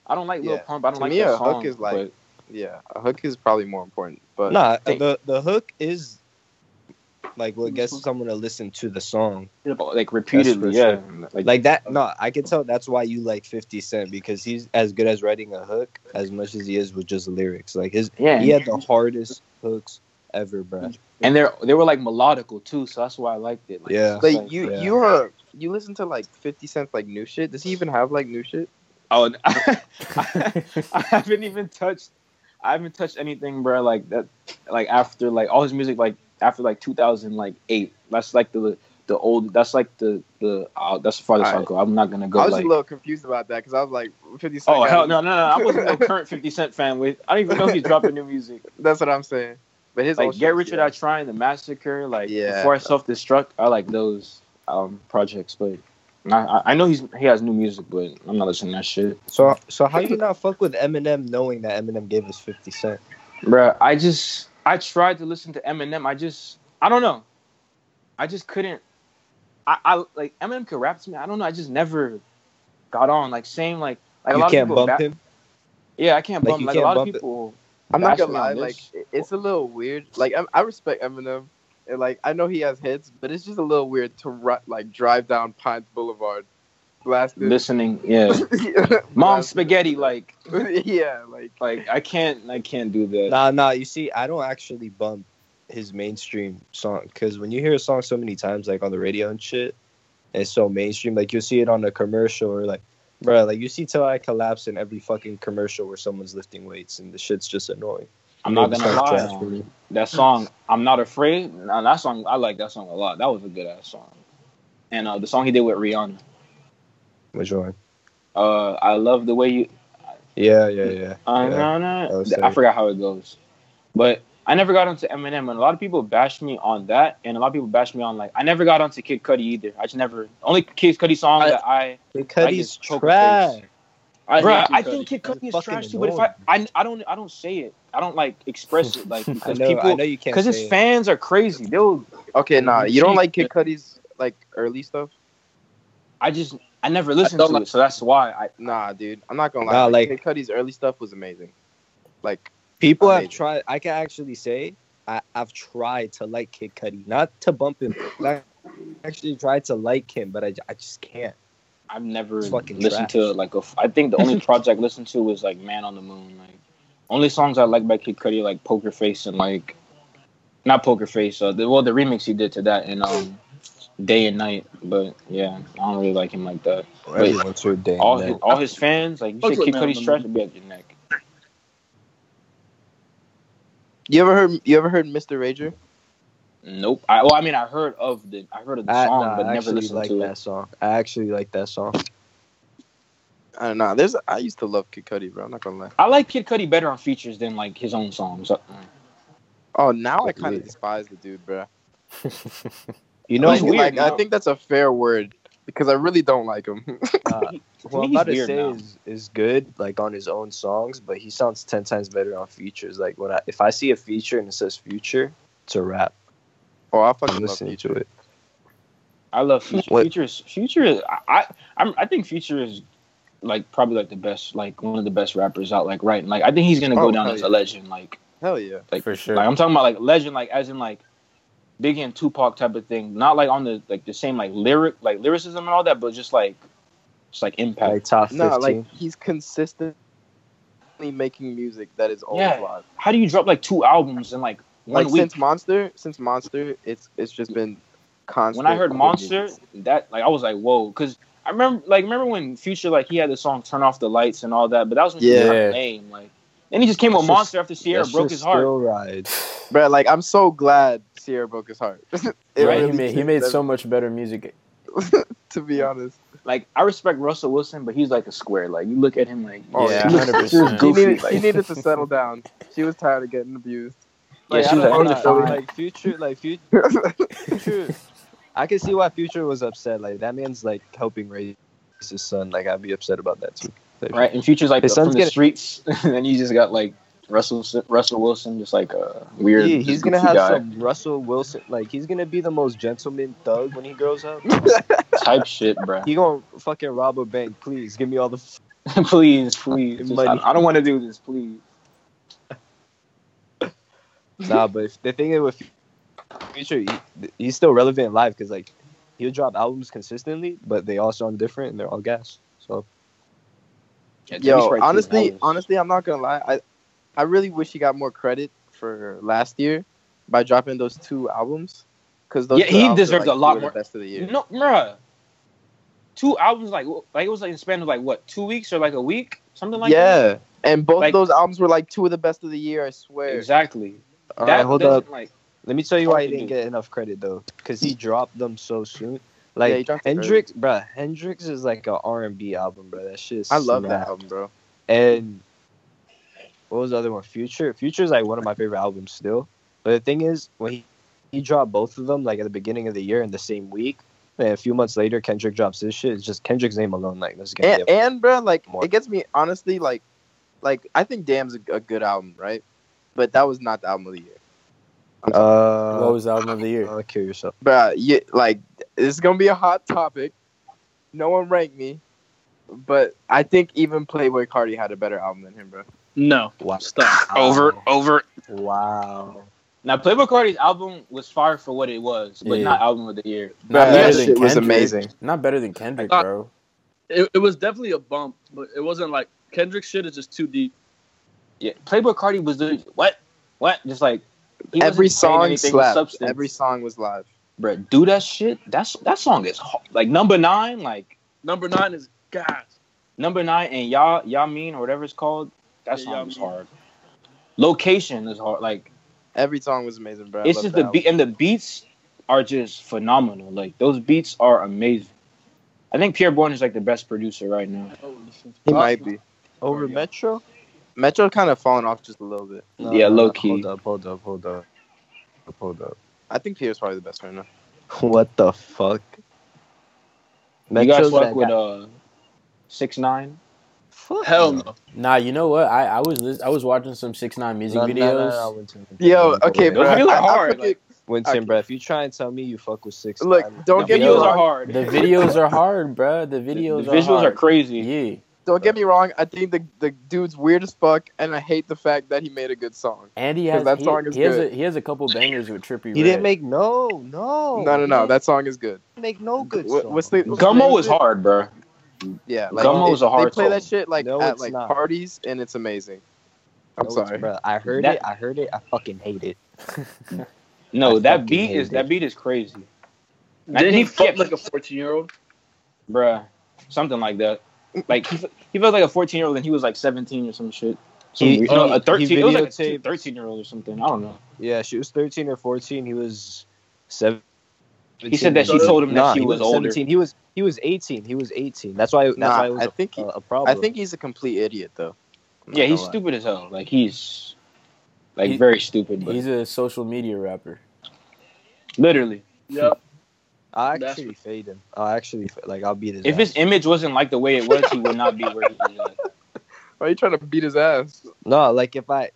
[SPEAKER 4] I don't like Lil
[SPEAKER 3] Yeah.
[SPEAKER 4] Pump. I don't
[SPEAKER 3] To
[SPEAKER 4] like
[SPEAKER 3] me,
[SPEAKER 4] that
[SPEAKER 3] a hook
[SPEAKER 4] song.
[SPEAKER 3] is like-
[SPEAKER 4] but
[SPEAKER 3] Yeah, a hook is probably more important, but
[SPEAKER 2] Nah,
[SPEAKER 4] Think-
[SPEAKER 2] the the hook is like what gets someone to listen to the song.
[SPEAKER 4] like repeatedly. Yeah, like,
[SPEAKER 2] Like that. No, I can tell that's why you like Fifty Cent because he's as good as writing a hook as much as he is with just lyrics. Like his
[SPEAKER 4] yeah.
[SPEAKER 2] he had the hardest hooks ever, bro.
[SPEAKER 4] and they're they were like melodical too, so that's why I liked it. Like,
[SPEAKER 2] Yeah.
[SPEAKER 4] it's
[SPEAKER 3] Like you,
[SPEAKER 2] yeah.
[SPEAKER 3] you are you listen to like Fifty Cent's like new shit. Does he even have like new shit?
[SPEAKER 4] Oh, n- I, haven't even touched. I haven't touched anything, bro. Like that, like after like all his music, like after like two thousand, like eight. That's like the the old. That's like the the. Uh, that's the farthest I'll
[SPEAKER 3] Alright.
[SPEAKER 4] go. I'm not gonna go.
[SPEAKER 3] I was
[SPEAKER 4] like,
[SPEAKER 3] a little confused about that because I was like Fifty Cent.
[SPEAKER 4] oh
[SPEAKER 3] got-
[SPEAKER 4] hell no no no! I wasn't no current Fifty Cent fan. With I don't even know if he's dropping new music.
[SPEAKER 3] That's what I'm saying. But his
[SPEAKER 4] Like
[SPEAKER 3] old
[SPEAKER 4] Get
[SPEAKER 3] shit's
[SPEAKER 4] Rich or
[SPEAKER 3] good.
[SPEAKER 4] Die Trying, The Massacre, like
[SPEAKER 3] Yeah.
[SPEAKER 4] Before I Self Destruct. I like those um projects, but. I- I, I know he's he has new music, but I'm not listening to that shit.
[SPEAKER 2] So so how you not fuck with Eminem knowing that Eminem gave us Fifty Cent?
[SPEAKER 4] Bruh, I just I tried to listen to Eminem. I just I don't know. I just couldn't. I, I like Eminem could rap to me. I don't know. I just never got on. Like same like like a
[SPEAKER 2] You
[SPEAKER 4] lot of
[SPEAKER 2] can't
[SPEAKER 4] people.
[SPEAKER 2] bump
[SPEAKER 4] back-
[SPEAKER 2] him.
[SPEAKER 4] Yeah, I can't
[SPEAKER 2] Like,
[SPEAKER 4] bump.
[SPEAKER 2] you
[SPEAKER 4] Like
[SPEAKER 2] can't
[SPEAKER 4] a lot of
[SPEAKER 2] bump it.
[SPEAKER 4] people.
[SPEAKER 3] I'm not
[SPEAKER 4] bash
[SPEAKER 3] gonna
[SPEAKER 4] me on
[SPEAKER 3] lie,
[SPEAKER 4] this.
[SPEAKER 3] like it- it's a little weird. Like I, I respect Eminem, and like I know he has hits, but it's just a little weird to ru- like drive down Pines Boulevard, blasted.
[SPEAKER 4] listening. Yeah, mom spaghetti. Like
[SPEAKER 3] yeah, like
[SPEAKER 4] like I can't I can't do that.
[SPEAKER 2] Nah, nah. You see, I don't actually bump his mainstream song because when you hear a song so many times, like on the radio and shit, it's so mainstream. Like you'll see it on a commercial or like, bro, like you see "Till I Collapse" in every fucking commercial where someone's lifting weights, and the shit's just annoying.
[SPEAKER 4] I'm not
[SPEAKER 2] It's
[SPEAKER 4] gonna
[SPEAKER 2] not
[SPEAKER 4] lie.
[SPEAKER 2] trash for
[SPEAKER 4] um,
[SPEAKER 2] me.
[SPEAKER 4] That song, I'm not afraid. Nah, that song, I like that song a lot. That was a good ass song. And uh, the song he did with Rihanna.
[SPEAKER 2] Which one?
[SPEAKER 4] Uh, I love the way you.
[SPEAKER 2] Yeah, yeah, yeah.
[SPEAKER 4] Uh,
[SPEAKER 2] Yeah,
[SPEAKER 4] no, no,
[SPEAKER 2] that was
[SPEAKER 4] I
[SPEAKER 2] sick.
[SPEAKER 4] forgot how it goes, but I never got onto Eminem, and a lot of people bashed me on that, and a lot of people bashed me on like I never got onto Kid Cudi either. I just never only Kid Cudi song
[SPEAKER 6] I-
[SPEAKER 4] that I,
[SPEAKER 7] Kid
[SPEAKER 4] I like
[SPEAKER 7] Cudi's
[SPEAKER 4] is Poker
[SPEAKER 7] trash.
[SPEAKER 4] Face.
[SPEAKER 6] I hate
[SPEAKER 4] Bruh,
[SPEAKER 6] Kid
[SPEAKER 4] I
[SPEAKER 6] Cudi.
[SPEAKER 4] think Kid
[SPEAKER 7] He's
[SPEAKER 4] Cudi is
[SPEAKER 7] fucking
[SPEAKER 4] trash too, but if I, I I don't I don't say it, I don't like express it like
[SPEAKER 2] I
[SPEAKER 4] because
[SPEAKER 2] know, I
[SPEAKER 4] people
[SPEAKER 2] know you can't.
[SPEAKER 4] because his
[SPEAKER 2] say it.
[SPEAKER 4] fans are crazy. They'll
[SPEAKER 3] Okay, nah, you don't like Kid Cudi's like early stuff.
[SPEAKER 4] I just I never listened
[SPEAKER 6] don't
[SPEAKER 4] to
[SPEAKER 6] like-
[SPEAKER 4] it, so that's why I
[SPEAKER 3] Nah, dude, I'm not gonna lie.
[SPEAKER 2] Nah, like-
[SPEAKER 3] Kid Cudi's early stuff was amazing. Like,
[SPEAKER 2] People have
[SPEAKER 3] Amazing.
[SPEAKER 2] tried. I can actually say I, I've tried to like Kid Cudi, not to bump him. I actually tried to like him, but I, I just can't.
[SPEAKER 4] I've never
[SPEAKER 2] It's fucking
[SPEAKER 4] listened
[SPEAKER 2] trash.
[SPEAKER 4] to like a. f- I think the only project I listened to was like Man on the Moon. Like only songs I like by Kid Cudi are, like Poker Face and like not Poker Face. Uh, the, well, the remix he did to that and um Day and Night. But yeah, I don't really like him like that.
[SPEAKER 2] Everyone's your day.
[SPEAKER 4] All
[SPEAKER 2] man.
[SPEAKER 4] his, all his fans like you
[SPEAKER 6] Fuck
[SPEAKER 4] said,
[SPEAKER 6] with
[SPEAKER 4] Kid
[SPEAKER 6] Man on
[SPEAKER 4] Cudi's
[SPEAKER 6] the
[SPEAKER 4] trash would
[SPEAKER 6] Moon.
[SPEAKER 4] be at your neck.
[SPEAKER 3] you ever heard you ever heard Mr. Rager?
[SPEAKER 4] Nope. I, well, I mean, I heard of the I heard of the
[SPEAKER 2] I,
[SPEAKER 4] song,
[SPEAKER 2] nah,
[SPEAKER 4] but
[SPEAKER 2] I
[SPEAKER 4] never
[SPEAKER 2] actually
[SPEAKER 4] listened
[SPEAKER 2] like
[SPEAKER 4] to
[SPEAKER 2] that
[SPEAKER 4] it.
[SPEAKER 2] song. I actually like that song.
[SPEAKER 3] I don't know. Uh, There's I used to love Kid Cudi, bro. I'm not gonna lie.
[SPEAKER 4] I like Kid Cudi better on features than like his own songs. Uh,
[SPEAKER 3] Oh, now I kind
[SPEAKER 2] Yeah.
[SPEAKER 3] of despise the dude, bro.
[SPEAKER 2] You
[SPEAKER 4] No,
[SPEAKER 2] know,
[SPEAKER 3] like,
[SPEAKER 4] he's weird
[SPEAKER 3] like, I
[SPEAKER 4] now.
[SPEAKER 3] think that's a fair word because I really don't like him.
[SPEAKER 2] uh,
[SPEAKER 4] to
[SPEAKER 2] what
[SPEAKER 4] me,
[SPEAKER 2] I'm
[SPEAKER 4] he's
[SPEAKER 2] about to
[SPEAKER 4] weird
[SPEAKER 2] say
[SPEAKER 4] now.
[SPEAKER 2] is, is good, like on his own songs, but he sounds ten times better on features. Like when I, if I see a feature and it says future, it's a rap.
[SPEAKER 3] oh, I
[SPEAKER 2] I'm
[SPEAKER 3] fucking love
[SPEAKER 2] listening
[SPEAKER 3] him.
[SPEAKER 2] to it.
[SPEAKER 4] I love Future.
[SPEAKER 2] What-
[SPEAKER 4] Future is Future. Is, I I I'm, I think Future is like probably like the best, like one of the best rappers out like right. Like I think he's gonna go
[SPEAKER 3] Oh,
[SPEAKER 4] down
[SPEAKER 3] hell
[SPEAKER 4] as
[SPEAKER 3] yeah.
[SPEAKER 4] a legend. Like
[SPEAKER 3] Hell yeah.
[SPEAKER 4] like
[SPEAKER 5] For sure.
[SPEAKER 4] Like I'm talking about like legend, like as in like Biggie and Tupac type of thing. Not like on the like the same like lyric like lyricism and all that, but just like just like impact.
[SPEAKER 2] Like top
[SPEAKER 3] No,
[SPEAKER 2] fifteen.
[SPEAKER 3] like he's consistently making music that is all
[SPEAKER 4] Yeah.
[SPEAKER 3] flawed.
[SPEAKER 4] How do you drop like two albums in like one
[SPEAKER 3] Like
[SPEAKER 4] week?
[SPEAKER 3] since Monster, since Monster, it's it's just been constant.
[SPEAKER 4] when I heard
[SPEAKER 3] good
[SPEAKER 4] Monster,
[SPEAKER 3] music.
[SPEAKER 4] that like I was like whoa, because. I remember, like, remember when Future, like, he had the song "Turn Off the Lights" and all that, but that was when he was
[SPEAKER 3] Yeah.
[SPEAKER 4] kind of lame. Like, then he just came with
[SPEAKER 2] That's just-
[SPEAKER 4] Monster after Sierra
[SPEAKER 2] That
[SPEAKER 4] broke
[SPEAKER 2] shit
[SPEAKER 4] his heart.
[SPEAKER 2] Still rides.
[SPEAKER 3] bro, like I'm so glad Sierra broke his heart. It
[SPEAKER 5] right?
[SPEAKER 3] really
[SPEAKER 5] he made, he
[SPEAKER 3] did,
[SPEAKER 5] made
[SPEAKER 3] that-
[SPEAKER 5] so much better music.
[SPEAKER 3] to be honest.
[SPEAKER 4] like I respect Russell Wilson, but he's like a square. Like you look at him, like
[SPEAKER 3] Oh,
[SPEAKER 5] yeah,
[SPEAKER 3] yeah.
[SPEAKER 5] hundred
[SPEAKER 4] He was
[SPEAKER 5] percent.
[SPEAKER 3] He
[SPEAKER 4] Goofy,
[SPEAKER 3] needed, he
[SPEAKER 4] like-
[SPEAKER 3] needed to settle down. She was tired of getting abused.
[SPEAKER 2] Like,
[SPEAKER 4] Yeah,
[SPEAKER 2] I
[SPEAKER 4] she was
[SPEAKER 2] don't
[SPEAKER 4] like,
[SPEAKER 2] know,
[SPEAKER 4] "I'm fine."
[SPEAKER 2] like future, like future. Future. I can see why Future was upset. Like that man's like helping raise his son. Like I'd be upset about that too.
[SPEAKER 4] right? And Future's like
[SPEAKER 2] His
[SPEAKER 4] from
[SPEAKER 2] son's
[SPEAKER 4] the
[SPEAKER 2] gonna-
[SPEAKER 4] streets, and then you just got like Russell Russell Wilson, just like a weird.
[SPEAKER 2] Yeah, he's
[SPEAKER 4] just
[SPEAKER 2] gonna
[SPEAKER 4] goofy
[SPEAKER 2] have
[SPEAKER 4] guy
[SPEAKER 2] some Russell Wilson. Like he's gonna be the most gentleman thug when he grows up.
[SPEAKER 4] type shit, bruh.
[SPEAKER 2] He gonna fucking rob a bank. Please give me all the. F-
[SPEAKER 4] please, please, just- I,
[SPEAKER 2] Money.
[SPEAKER 4] I don't want to do this, please.
[SPEAKER 2] nah, but the thing is with Future, he, he's still relevant in life because like he'll drop albums consistently, but they all sound different and they're all gas. So
[SPEAKER 4] Yeah, Jimmy's
[SPEAKER 3] Yo,
[SPEAKER 4] right, too,
[SPEAKER 3] honestly,
[SPEAKER 4] Elvis.
[SPEAKER 3] honestly, I'm not gonna lie. I, I really wish he got more credit for last year by dropping those two albums. Because those
[SPEAKER 4] Yeah,
[SPEAKER 3] two
[SPEAKER 4] he
[SPEAKER 3] albums are,
[SPEAKER 4] deserved
[SPEAKER 3] like,
[SPEAKER 4] a lot
[SPEAKER 3] two of the
[SPEAKER 4] more-
[SPEAKER 3] Best of the year.
[SPEAKER 4] no, bruh. Two albums, like like it was like in the span of like what two weeks or like a week, something like
[SPEAKER 3] yeah, and both
[SPEAKER 4] Like-
[SPEAKER 3] those albums were like two of the best of the year. I
[SPEAKER 4] that.
[SPEAKER 3] swear.
[SPEAKER 4] Exactly.
[SPEAKER 2] all
[SPEAKER 4] that
[SPEAKER 2] right, hold
[SPEAKER 4] doesn't,
[SPEAKER 2] up.
[SPEAKER 4] Like,
[SPEAKER 2] Let me tell you why he
[SPEAKER 4] Fucking
[SPEAKER 2] didn't
[SPEAKER 4] dude.
[SPEAKER 2] get enough credit though, because he dropped them so soon.
[SPEAKER 3] Yeah, he
[SPEAKER 2] Like
[SPEAKER 3] dropped it
[SPEAKER 2] Hendrix, bruh, Hendrix is like a R and B album, bro. That shit.
[SPEAKER 3] I love
[SPEAKER 2] slaps.
[SPEAKER 3] that album, bro.
[SPEAKER 2] And what was the other one? Future. Future is like one of my favorite albums still. But the thing is, when he, he dropped both of them like at the beginning of the year in the same week, and a few months later Kendrick drops this shit. It's just Kendrick's name alone, like this is gonna
[SPEAKER 3] And,
[SPEAKER 2] be. a-
[SPEAKER 3] and bro, like
[SPEAKER 2] More.
[SPEAKER 3] it gets me honestly, like, like I think Damn's a, a good album, right? But that was not the album of the year,
[SPEAKER 5] what
[SPEAKER 2] Uh,
[SPEAKER 5] was the album of the year?
[SPEAKER 2] uh, kill yourself.
[SPEAKER 3] bro. You like this is gonna be a hot topic. No one ranked me, but I think even Playboy Cardi had a better album than him, bro.
[SPEAKER 6] No,
[SPEAKER 2] Wow.
[SPEAKER 6] stop.
[SPEAKER 2] Over-
[SPEAKER 4] over.
[SPEAKER 2] Wow.
[SPEAKER 4] Now, Playboy Cardi's album was fire for what it was, but
[SPEAKER 5] Yeah.
[SPEAKER 4] not album of the year.
[SPEAKER 3] Bro,
[SPEAKER 5] Not better
[SPEAKER 3] that
[SPEAKER 5] than
[SPEAKER 3] shit was
[SPEAKER 5] Kendrick.
[SPEAKER 3] amazing.
[SPEAKER 5] Not better than Kendrick,
[SPEAKER 6] I thought-
[SPEAKER 5] bro.
[SPEAKER 6] It, it was definitely a bump, but it wasn't like Kendrick's shit is just too deep.
[SPEAKER 4] Yeah, Playboy Cardi was the what? What? Just like he wasn't
[SPEAKER 3] Every
[SPEAKER 4] saying
[SPEAKER 3] song
[SPEAKER 4] anything with
[SPEAKER 3] slapped.
[SPEAKER 4] substance.
[SPEAKER 3] Every song was live.
[SPEAKER 4] bro, do that shit. That's that song is hard. like number nine, like
[SPEAKER 6] Number nine is God.
[SPEAKER 4] number nine, and y'all y'all mean or whatever it's called. That
[SPEAKER 6] Yeah,
[SPEAKER 4] song
[SPEAKER 6] Y'all
[SPEAKER 4] is
[SPEAKER 6] Mean.
[SPEAKER 4] hard. Location is hard. Like
[SPEAKER 3] Every song was amazing, bro. I
[SPEAKER 4] it's
[SPEAKER 3] love
[SPEAKER 4] just
[SPEAKER 3] that
[SPEAKER 4] the beat and the beats are just phenomenal. Like those beats are amazing. I think Pierre Bourne is like the best producer right now.
[SPEAKER 6] Oh, listen.
[SPEAKER 3] album. He might be.
[SPEAKER 7] over Metro.
[SPEAKER 3] Metro kind of fallen off just a little bit.
[SPEAKER 4] Yeah, low key.
[SPEAKER 2] Hold up, hold up, hold up, hold up.
[SPEAKER 3] I think Peter's probably the best right now.
[SPEAKER 2] What the fuck?
[SPEAKER 4] you guys
[SPEAKER 2] Metro's
[SPEAKER 4] fuck
[SPEAKER 2] that
[SPEAKER 4] with
[SPEAKER 2] guy-
[SPEAKER 4] uh six nine.
[SPEAKER 2] Fuck
[SPEAKER 6] Hell
[SPEAKER 2] no.
[SPEAKER 6] no.
[SPEAKER 5] Nah, you know what? I, I was lis- I was watching some six nine music
[SPEAKER 2] No, no, no,
[SPEAKER 5] videos.
[SPEAKER 2] no, Winston, Winston,
[SPEAKER 3] Yo,
[SPEAKER 2] Winston,
[SPEAKER 3] okay,
[SPEAKER 2] Winston,
[SPEAKER 3] bro.
[SPEAKER 4] Those videos are
[SPEAKER 3] I- I
[SPEAKER 4] hard,
[SPEAKER 3] forget-
[SPEAKER 4] like-
[SPEAKER 2] Winston,
[SPEAKER 3] okay.
[SPEAKER 2] bro. If you try and tell me you fuck with six,
[SPEAKER 3] look, don't
[SPEAKER 4] The
[SPEAKER 3] get me
[SPEAKER 4] videos
[SPEAKER 5] videos
[SPEAKER 4] are
[SPEAKER 3] wrong.
[SPEAKER 4] hard.
[SPEAKER 5] The videos are hard, bruh. The
[SPEAKER 4] The
[SPEAKER 5] videos are
[SPEAKER 4] visuals are
[SPEAKER 5] hard.
[SPEAKER 4] crazy.
[SPEAKER 5] Yeah,
[SPEAKER 3] Don't get me wrong. I think the the dude's weird as fuck, and I hate the fact that he made a good song.
[SPEAKER 5] and he
[SPEAKER 3] 'Cause
[SPEAKER 5] has
[SPEAKER 3] that
[SPEAKER 5] he,
[SPEAKER 3] song is
[SPEAKER 5] he has a
[SPEAKER 3] good.
[SPEAKER 5] he has a couple bangers with Trippy.
[SPEAKER 2] he
[SPEAKER 5] Redd.
[SPEAKER 2] didn't make no,
[SPEAKER 3] No, no,
[SPEAKER 2] no, he
[SPEAKER 3] no.
[SPEAKER 2] didn't
[SPEAKER 3] That song is Oh, good.
[SPEAKER 2] make no good.
[SPEAKER 3] What-
[SPEAKER 2] song.
[SPEAKER 3] what's the- what's the name
[SPEAKER 4] Gummo
[SPEAKER 3] of
[SPEAKER 4] is
[SPEAKER 3] it?
[SPEAKER 4] hard, bro.
[SPEAKER 3] Yeah,
[SPEAKER 4] Gummo
[SPEAKER 3] it-
[SPEAKER 4] is a hard
[SPEAKER 3] They play
[SPEAKER 4] song.
[SPEAKER 3] that shit like
[SPEAKER 2] No,
[SPEAKER 3] at
[SPEAKER 2] it's
[SPEAKER 3] like
[SPEAKER 2] not.
[SPEAKER 3] parties, and it's amazing. I'm
[SPEAKER 2] No, it's-
[SPEAKER 3] sorry.
[SPEAKER 2] bro. I heard
[SPEAKER 4] That-
[SPEAKER 2] it. I heard it. I fucking hate it.
[SPEAKER 4] No,
[SPEAKER 2] I
[SPEAKER 4] that
[SPEAKER 2] fucking
[SPEAKER 4] beat
[SPEAKER 2] hate
[SPEAKER 4] is
[SPEAKER 2] it.
[SPEAKER 4] that beat is crazy, And
[SPEAKER 6] Didn't
[SPEAKER 4] he
[SPEAKER 6] he fuck
[SPEAKER 4] kept-
[SPEAKER 6] like a 14 year old?
[SPEAKER 4] bruh. Something like that. Like he, he felt like a fourteen year old, and he was like seventeen or some shit. Some
[SPEAKER 2] He-
[SPEAKER 4] weird- no,
[SPEAKER 2] he-
[SPEAKER 4] a
[SPEAKER 2] he
[SPEAKER 4] thirteen. It was like a
[SPEAKER 2] videotaped-
[SPEAKER 4] thirteen year old or something. I don't know.
[SPEAKER 2] Yeah, she was thirteen or fourteen. He was seven.
[SPEAKER 4] He said that she
[SPEAKER 6] So-
[SPEAKER 4] told him that she
[SPEAKER 2] he
[SPEAKER 4] was older.
[SPEAKER 2] Seventeen. He was he was eighteen. He was eighteen. That's why. That's
[SPEAKER 3] Nah,
[SPEAKER 2] why it was
[SPEAKER 3] I
[SPEAKER 2] a-
[SPEAKER 3] think he-
[SPEAKER 5] uh,
[SPEAKER 2] a, a problem.
[SPEAKER 3] I think he's a complete idiot, though. I'm not
[SPEAKER 4] Yeah, he's
[SPEAKER 3] gonna lie.
[SPEAKER 4] stupid as hell. Like he's like
[SPEAKER 5] He-
[SPEAKER 4] very stupid, but
[SPEAKER 5] He's a social media rapper.
[SPEAKER 4] literally.
[SPEAKER 6] Yep.
[SPEAKER 2] I
[SPEAKER 6] That's-
[SPEAKER 2] actually fade him. I actually fa- like I'll beat his.
[SPEAKER 4] If
[SPEAKER 2] ass.
[SPEAKER 4] his image wasn't like the way it was, he would not be where he is.
[SPEAKER 3] Why are you trying to beat his ass?
[SPEAKER 2] no, like if I,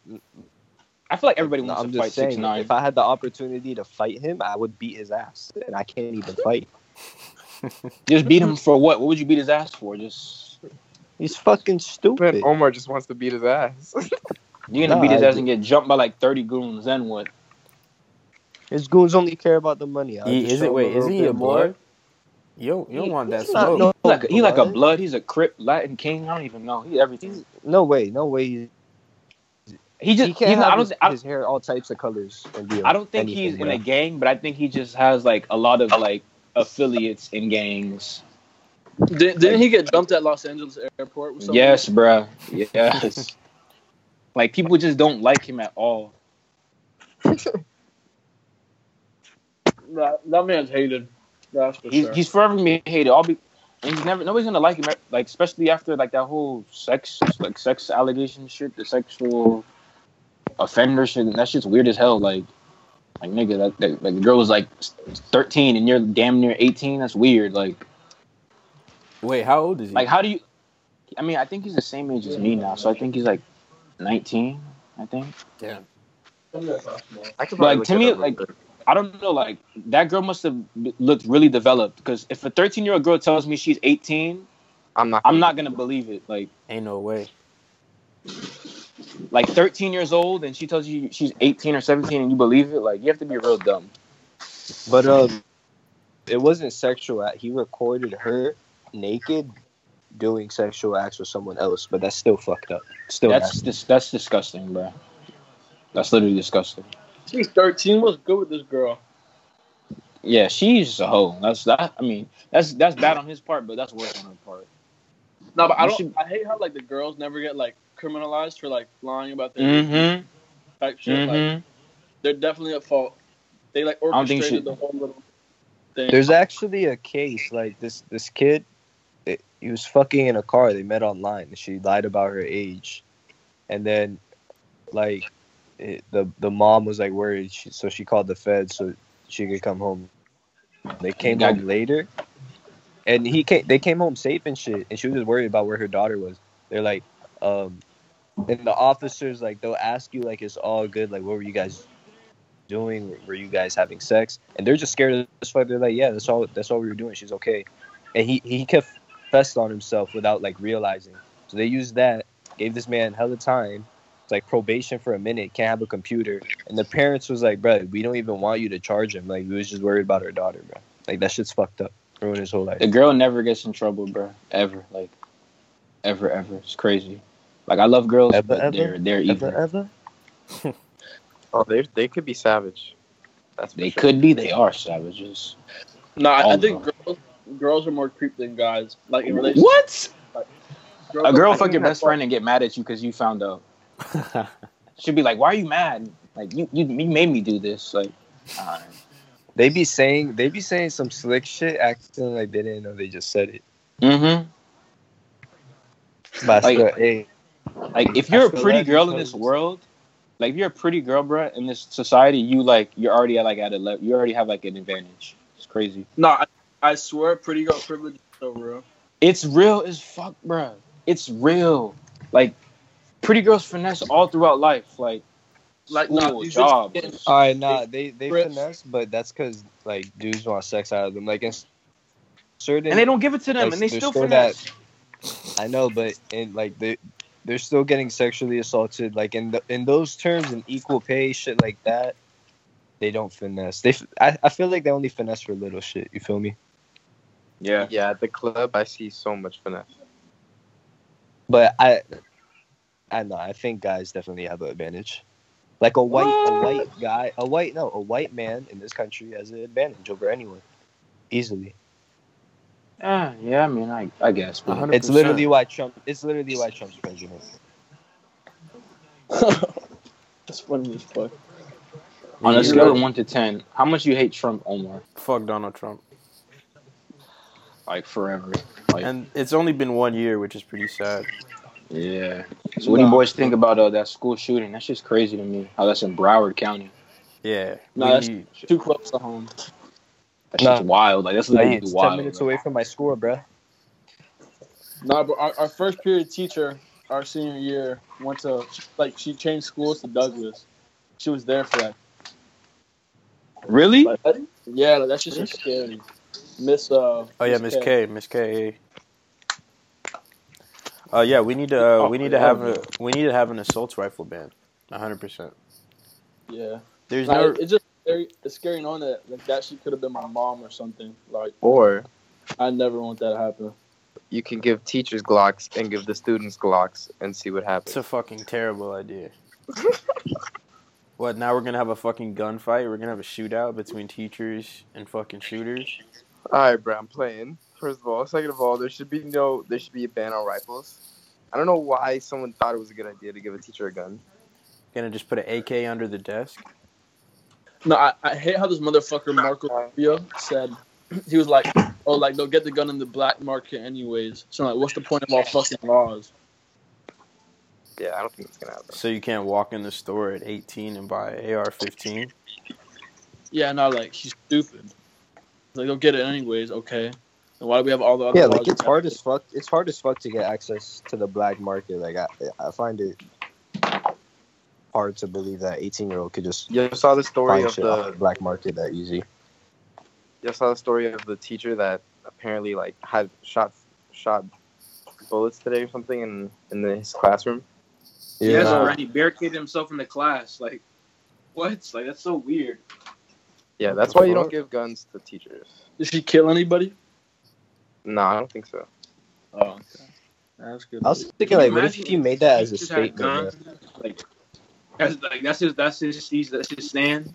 [SPEAKER 4] I feel like everybody
[SPEAKER 2] no,
[SPEAKER 4] wants
[SPEAKER 2] I'm
[SPEAKER 4] to fight
[SPEAKER 2] just
[SPEAKER 4] six
[SPEAKER 2] saying,
[SPEAKER 4] nine.
[SPEAKER 2] if I had the opportunity to fight him, I would beat his ass, and I can't even fight.
[SPEAKER 4] Just beat him for what? What would you beat his ass for? Just
[SPEAKER 2] He's fucking
[SPEAKER 3] Man,
[SPEAKER 2] stupid.
[SPEAKER 3] Omar just wants to beat his ass.
[SPEAKER 4] you're gonna
[SPEAKER 2] Nah,
[SPEAKER 4] beat his
[SPEAKER 2] I
[SPEAKER 4] ass and get jumped by like thirty goons. Then what?
[SPEAKER 2] His goons only care about the money. I'll
[SPEAKER 5] He,
[SPEAKER 2] just
[SPEAKER 5] is
[SPEAKER 2] show
[SPEAKER 5] it
[SPEAKER 2] him
[SPEAKER 5] wait? Is
[SPEAKER 2] little
[SPEAKER 5] he
[SPEAKER 2] bit
[SPEAKER 5] a
[SPEAKER 2] more.
[SPEAKER 5] blood? You don't, you don't want that
[SPEAKER 2] He's not-
[SPEAKER 5] smoke.
[SPEAKER 2] no,
[SPEAKER 4] He's like, he like a
[SPEAKER 2] blood.
[SPEAKER 4] blood. He's a crip, Latin king. I don't even know. He's everything.
[SPEAKER 2] No way, no way. He,
[SPEAKER 4] He just.
[SPEAKER 2] he can't
[SPEAKER 4] he's
[SPEAKER 2] have
[SPEAKER 4] not, I don't.
[SPEAKER 2] his,
[SPEAKER 4] thi- I,
[SPEAKER 2] his hair all types of colors. And be
[SPEAKER 4] I don't think
[SPEAKER 2] anything,
[SPEAKER 4] he's in
[SPEAKER 2] bro.
[SPEAKER 4] a gang, but I think he just has like a lot of like affiliates in gangs.
[SPEAKER 6] Did, didn't he get dumped at Los Angeles airport? With someone?
[SPEAKER 4] Yes, bruh. Yes. like people just don't like him at all.
[SPEAKER 6] That, that man's hated. That's for
[SPEAKER 4] he's
[SPEAKER 6] sure.
[SPEAKER 4] he's forever gonna be hated. I'll be, and he's never nobody's gonna like him. eh, Like especially after like that whole sex like sex allegation shit, the sexual offender shit. And that shit's weird as hell. Like like nigga, that, that like the girl was like thirteen and you're damn near eighteen. That's weird. Like
[SPEAKER 5] Wait, how old is he?
[SPEAKER 4] like how do you? I mean, I think he's the same age as me now, so I think he's like nineteen. I think.
[SPEAKER 3] I could
[SPEAKER 4] But, like, to me, like- I don't know. Like that girl must have looked really developed because if a thirteen-year-old girl tells me she's eighteen,
[SPEAKER 3] I'm not.
[SPEAKER 4] I'm not gonna believe it. Like.
[SPEAKER 5] Ain't no way.
[SPEAKER 4] like 13 years old and she tells you she's 18 or 17 and you believe it like you have to be real dumb
[SPEAKER 2] But um, it wasn't sexual. act. He recorded her naked doing sexual acts with someone else, but that's still fucked up. Still
[SPEAKER 4] that's
[SPEAKER 2] nasty.
[SPEAKER 4] dis- that's disgusting bro that's literally disgusting
[SPEAKER 6] She's 13. What's good with this girl?
[SPEAKER 4] yeah she's a hoe that's that i mean that's that's bad on his part but that's worse on her part
[SPEAKER 6] No, but I
[SPEAKER 4] You
[SPEAKER 6] don't.
[SPEAKER 4] should-
[SPEAKER 6] I hate how like the girls never get like criminalized for like lying about their
[SPEAKER 4] mm-hmm
[SPEAKER 6] type shit. Like
[SPEAKER 4] mm-hmm
[SPEAKER 6] they're definitely at fault. They like
[SPEAKER 4] don't think
[SPEAKER 6] orchestrated
[SPEAKER 4] she-
[SPEAKER 6] the whole little thing.
[SPEAKER 2] There's actually a case like this. This kid, it, he was fucking in a car. They met online. She lied about her age, and then, like, it, the the mom was like worried, she, so she called the feds so she could come home. They came
[SPEAKER 4] Got-
[SPEAKER 2] home later, and he came. They came home safe and shit, and she was just worried about where her daughter was. They're like, um, and the officers like they'll ask you like it's all good. Like, what were you guys doing? Were you guys having sex? And they're just scared as fuck. They're like, yeah, that's all. That's all we were doing. She's okay. And he he confessed on himself without like realizing. So they used that, gave this man hella time. It's like probation for a minute. Can't have a computer. And the parents was like, bro, we don't even want you to charge him. Like we was just worried about our daughter, bro. Like that shit's fucked up. Ruined his whole life.
[SPEAKER 4] the girl never gets in trouble bro ever like ever ever it's crazy like i love girls
[SPEAKER 2] Ever,
[SPEAKER 4] but
[SPEAKER 2] ever,
[SPEAKER 4] they're they're evil
[SPEAKER 2] ever?
[SPEAKER 3] Oh, they they could be savage. That's for
[SPEAKER 4] they
[SPEAKER 3] sure.
[SPEAKER 4] could be they are savages
[SPEAKER 6] no, I, I
[SPEAKER 4] all
[SPEAKER 6] think
[SPEAKER 4] of
[SPEAKER 6] girls girls are more creep than guys. Like in relation,
[SPEAKER 4] what
[SPEAKER 6] girls
[SPEAKER 4] a
[SPEAKER 6] are-
[SPEAKER 4] girl
[SPEAKER 6] I
[SPEAKER 4] fuck
[SPEAKER 6] think
[SPEAKER 4] your
[SPEAKER 6] that's
[SPEAKER 4] best friend and get mad at you because you found out She'd be like, "Why are you mad? Like you, you, you made me do this." Like, alright.
[SPEAKER 2] They be saying they be saying some slick shit, acting like they didn't know they just said it.
[SPEAKER 4] mm-hmm.
[SPEAKER 2] But I
[SPEAKER 4] Like-
[SPEAKER 2] swear, hey,
[SPEAKER 4] Like if you're a
[SPEAKER 7] feel
[SPEAKER 4] pretty
[SPEAKER 7] that
[SPEAKER 4] girl in this
[SPEAKER 7] because-
[SPEAKER 4] world, like if you're a pretty girl, bruh, in this society, you like you're already at like at a level. You already have like an advantage. It's crazy.
[SPEAKER 6] No, I, I swear, pretty girl privilege is so real.
[SPEAKER 4] It's real as fuck, bruh. It's real. Like pretty girls finesse all throughout life. Like
[SPEAKER 6] Like,
[SPEAKER 4] school,
[SPEAKER 6] nah, these bitches
[SPEAKER 4] job.
[SPEAKER 6] getting-
[SPEAKER 2] All right, nah, they they
[SPEAKER 6] Brits.
[SPEAKER 2] finesse, but that's because like dudes want sex out of them. Like in s- certain,
[SPEAKER 4] and they don't give it to them,
[SPEAKER 2] Like,
[SPEAKER 4] and they
[SPEAKER 2] there's
[SPEAKER 4] still
[SPEAKER 2] still
[SPEAKER 4] finesse.
[SPEAKER 2] I know, but in like they they're still getting sexually assaulted. Like in the, in those terms, in equal pay, shit like that, they don't finesse. They f- I, I feel like they only finesse for little shit. You feel me?
[SPEAKER 4] Yeah,
[SPEAKER 3] Yeah, at the club, I see so much finesse.
[SPEAKER 2] But I, I know. I think guys definitely have an advantage. Like a white, a white guy, a white no, a white man in this country has an advantage over anyone, easily.
[SPEAKER 4] Ah, yeah. I mean, I, I guess. but-
[SPEAKER 5] 100%.
[SPEAKER 2] It's literally why Trump. It's literally why Trump's president.
[SPEAKER 6] That's funny as fuck.
[SPEAKER 4] On
[SPEAKER 5] Yeah.
[SPEAKER 4] a scale of one to ten, how much you hate Trump, Omar?
[SPEAKER 5] Fuck Donald Trump.
[SPEAKER 4] Like forever. Like
[SPEAKER 5] And it's only been one year, which is pretty sad.
[SPEAKER 4] yeah. So what do you boys think about uh, that school shooting? That's just crazy to me. How that's in Broward County.
[SPEAKER 5] Yeah.
[SPEAKER 4] No, that's
[SPEAKER 5] we-
[SPEAKER 4] too close to home. That's
[SPEAKER 2] Nah.
[SPEAKER 4] just wild. Like that's literally
[SPEAKER 2] it's
[SPEAKER 4] wild.
[SPEAKER 2] ten minutes
[SPEAKER 4] bro.
[SPEAKER 2] away from my school, bruh.
[SPEAKER 6] Nah, but our, our first period teacher, our senior year, went to like she changed schools to Douglas. She was there for that.
[SPEAKER 4] Really?
[SPEAKER 6] Like, that- yeah, like, that's just scary. Miss uh.
[SPEAKER 5] Oh yeah, Miss K, Miss K. Uh, yeah, we need to
[SPEAKER 4] Oh,
[SPEAKER 5] uh, we need to have a we need to have an assault rifle ban, hundred percent.
[SPEAKER 6] Yeah.
[SPEAKER 5] There's
[SPEAKER 6] Like,
[SPEAKER 5] no
[SPEAKER 6] it's just scary. It's scary knowing that like that she could have been my mom or something. Like
[SPEAKER 3] Or
[SPEAKER 6] I never want that to happen.
[SPEAKER 3] you can give teachers Glocks and give the students Glocks and see what happens.
[SPEAKER 5] it's a fucking terrible idea. what now? We're gonna have a fucking gunfight. We're gonna have a shootout between teachers and fucking shooters.
[SPEAKER 3] All right, bro. I'm playing. First of all, second of all, there should be no, there should be a ban on rifles. I don't know why someone thought it was a good idea to give a teacher a gun.
[SPEAKER 5] Gonna just put an AK under the desk.
[SPEAKER 6] No, I, I hate how this motherfucker Marco Rubio said he was like, "Oh, like they'll get the gun in the black market anyways." So like, what's the point of all fucking laws?
[SPEAKER 3] Yeah, I don't think it's gonna happen.
[SPEAKER 5] So you can't walk in the store at 18 and buy an AR-15.
[SPEAKER 6] Yeah, no, like he's stupid. Like they'll get it anyways. Okay, and why do we have all the other
[SPEAKER 2] Yeah,
[SPEAKER 6] laws?
[SPEAKER 2] like it's hard as fuck. It's hard as fuck to get access to the black market. Like I, I find it hard to believe that eighteen year old could just
[SPEAKER 3] You saw the story
[SPEAKER 2] find
[SPEAKER 3] of
[SPEAKER 2] shit off the
[SPEAKER 3] the,
[SPEAKER 2] black market that easy.
[SPEAKER 3] you saw the story of the teacher that apparently like had shot, shot bullets today or something in in his classroom.
[SPEAKER 6] He has
[SPEAKER 2] Yeah.
[SPEAKER 6] already barricaded himself in the class. Like, what? Like that's so weird.
[SPEAKER 3] Yeah, that's why you don't give guns to teachers.
[SPEAKER 6] Did she kill anybody?
[SPEAKER 3] No, I don't think so.
[SPEAKER 6] Oh, okay. That's good.
[SPEAKER 2] I was thinking, like, what if he made that as a statement? yeah?
[SPEAKER 6] Like, that's like that's his that's his he's, that's his stand.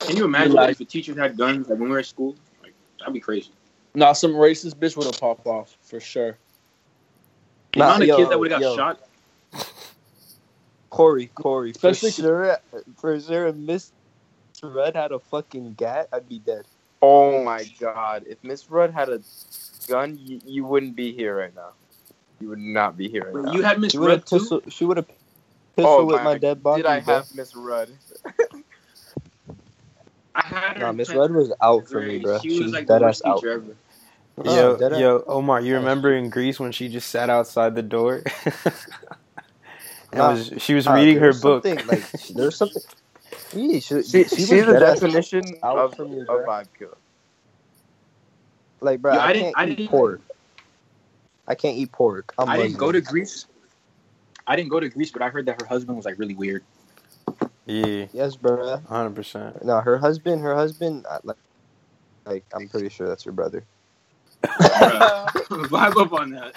[SPEAKER 8] Can you imagine like, if the teachers had guns like when we were at school? Like, that'd be crazy.
[SPEAKER 6] Nah, some racist bitch would have popped off for sure.
[SPEAKER 8] The
[SPEAKER 2] Nah,
[SPEAKER 8] amount of
[SPEAKER 2] yo,
[SPEAKER 8] kids that would have got
[SPEAKER 2] yo.
[SPEAKER 8] shot.
[SPEAKER 2] Corey, Corey,
[SPEAKER 6] Especially-
[SPEAKER 2] for sure, for sure, if Miss Red had a fucking gat, I'd be dead.
[SPEAKER 3] Oh my god! If Miss Rudd had a gun, you, you wouldn't be here right now. You would not be here right now.
[SPEAKER 8] You had Miss
[SPEAKER 2] She would have
[SPEAKER 8] Red too.
[SPEAKER 2] pistol. She would have pistol
[SPEAKER 3] Oh
[SPEAKER 2] with my,
[SPEAKER 3] my-
[SPEAKER 2] dead body.
[SPEAKER 3] Did I
[SPEAKER 2] bro.
[SPEAKER 3] have Miss Rudd?
[SPEAKER 8] I had her
[SPEAKER 2] Nah,
[SPEAKER 8] in
[SPEAKER 2] Miss
[SPEAKER 8] tenth
[SPEAKER 2] Red was out for me,
[SPEAKER 8] grade.
[SPEAKER 2] bro.
[SPEAKER 8] She was like the
[SPEAKER 2] dead
[SPEAKER 8] worst
[SPEAKER 2] ass out.
[SPEAKER 8] teacher ever.
[SPEAKER 2] Oh,
[SPEAKER 5] yo,
[SPEAKER 2] dead ass.
[SPEAKER 5] yo, Omar, you remember in Greece when she just sat outside the door? and
[SPEAKER 2] Nah,
[SPEAKER 5] was she was
[SPEAKER 2] Nah,
[SPEAKER 5] reading
[SPEAKER 2] there
[SPEAKER 5] her
[SPEAKER 2] was
[SPEAKER 5] book.
[SPEAKER 2] something, Like she- there was something. Yeah, she,
[SPEAKER 3] She,
[SPEAKER 2] she,
[SPEAKER 3] she's
[SPEAKER 2] was
[SPEAKER 3] the
[SPEAKER 2] dead ass
[SPEAKER 3] definition
[SPEAKER 2] out
[SPEAKER 3] of, Oh
[SPEAKER 2] for me,
[SPEAKER 3] of
[SPEAKER 2] bro.
[SPEAKER 3] vibe killer.
[SPEAKER 2] Like, bro,
[SPEAKER 8] Yo,
[SPEAKER 2] I,
[SPEAKER 8] I
[SPEAKER 2] can't
[SPEAKER 8] didn't- I
[SPEAKER 2] eat
[SPEAKER 8] didn't-
[SPEAKER 2] pork. I can't eat pork. I'm
[SPEAKER 8] I didn't
[SPEAKER 2] hungry.
[SPEAKER 8] go to Greece. I didn't go to Greece, but I heard that her husband was like really weird.
[SPEAKER 5] yeah,
[SPEAKER 2] Yes, bro.
[SPEAKER 5] hundred percent.
[SPEAKER 2] No, her husband. Her husband. I- Like, like I'm pretty sure that's her brother.
[SPEAKER 8] Bruh. Vibe up on that.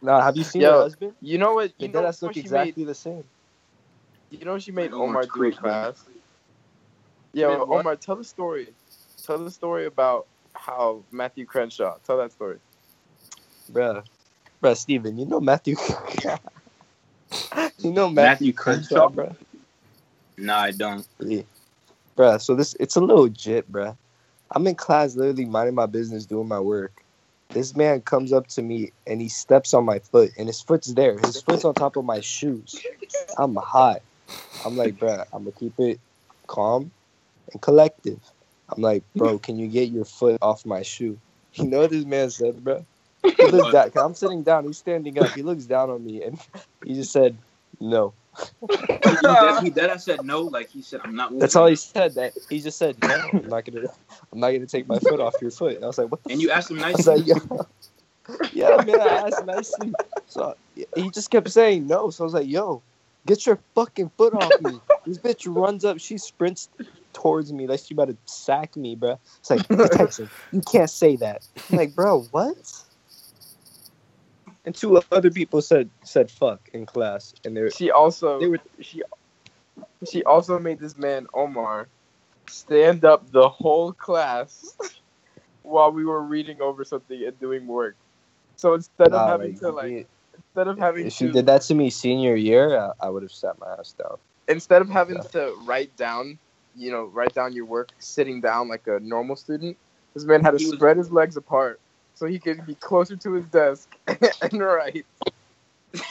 [SPEAKER 2] No, Uh, have you seen
[SPEAKER 3] Yo,
[SPEAKER 2] her husband?
[SPEAKER 3] You know what? You
[SPEAKER 2] It
[SPEAKER 3] know
[SPEAKER 2] does
[SPEAKER 3] what
[SPEAKER 2] look
[SPEAKER 3] she
[SPEAKER 2] exactly the same.
[SPEAKER 3] made. You know what she made
[SPEAKER 8] Omar
[SPEAKER 3] Omar do in
[SPEAKER 8] Creek, man.
[SPEAKER 3] class. Yeah,
[SPEAKER 6] Made what?
[SPEAKER 3] Omar, tell the story. Tell the story about how Matthew Crenshaw. Tell that story.
[SPEAKER 2] Bruh. Bruh, Steven, you know Matthew. you know Matthew,
[SPEAKER 8] Matthew Crenshaw?
[SPEAKER 2] bruh.
[SPEAKER 8] Nah, I don't.
[SPEAKER 2] Yeah. Bruh, so this, it's a little jit, bruh. I'm in class literally minding my business, doing my work. This man comes up to me and he steps on my foot, and his foot's there. His foot's on top of my shoes. I'm hot. I'm like, bruh, I'm gonna keep it calm and collective. I'm like, bro, can you get your foot off my shoe? You know what this man said, bruh? He looks down, i I'm sitting down, he's standing up. He looks down on me, and he just said, no.
[SPEAKER 4] he dead, he dead. I said no. Like he said, I'm not. Moving.
[SPEAKER 2] That's all he said. That he just said, no, I'm not gonna, I'm not gonna take my foot off your foot. And I was like, what?
[SPEAKER 4] And you asked him
[SPEAKER 2] I was
[SPEAKER 4] nicely.
[SPEAKER 2] like, yeah, yeah man, I asked nicely. So he just kept saying no. So I was like, yo, get your fucking foot off me. This bitch runs up, she sprints towards me like she about to sack me, bro. It's like, attention, you can't say that. I'm like, bro, what? And two other people said said fuck in class, and they're
[SPEAKER 3] She also
[SPEAKER 2] They were-
[SPEAKER 3] she she also made this man Omar stand up the whole class while we were reading over something and doing work. So instead
[SPEAKER 2] Nah,
[SPEAKER 3] of having
[SPEAKER 2] like,
[SPEAKER 3] to like
[SPEAKER 2] you-
[SPEAKER 3] instead of having
[SPEAKER 2] if she
[SPEAKER 3] to
[SPEAKER 2] did that to me senior year, I, I would have sat my ass down.
[SPEAKER 3] instead of having
[SPEAKER 2] Yeah.
[SPEAKER 3] to write down, you know, write down your work sitting down like a normal student, this man had to
[SPEAKER 4] He was-
[SPEAKER 3] spread his legs apart so he could be closer to his desk and write.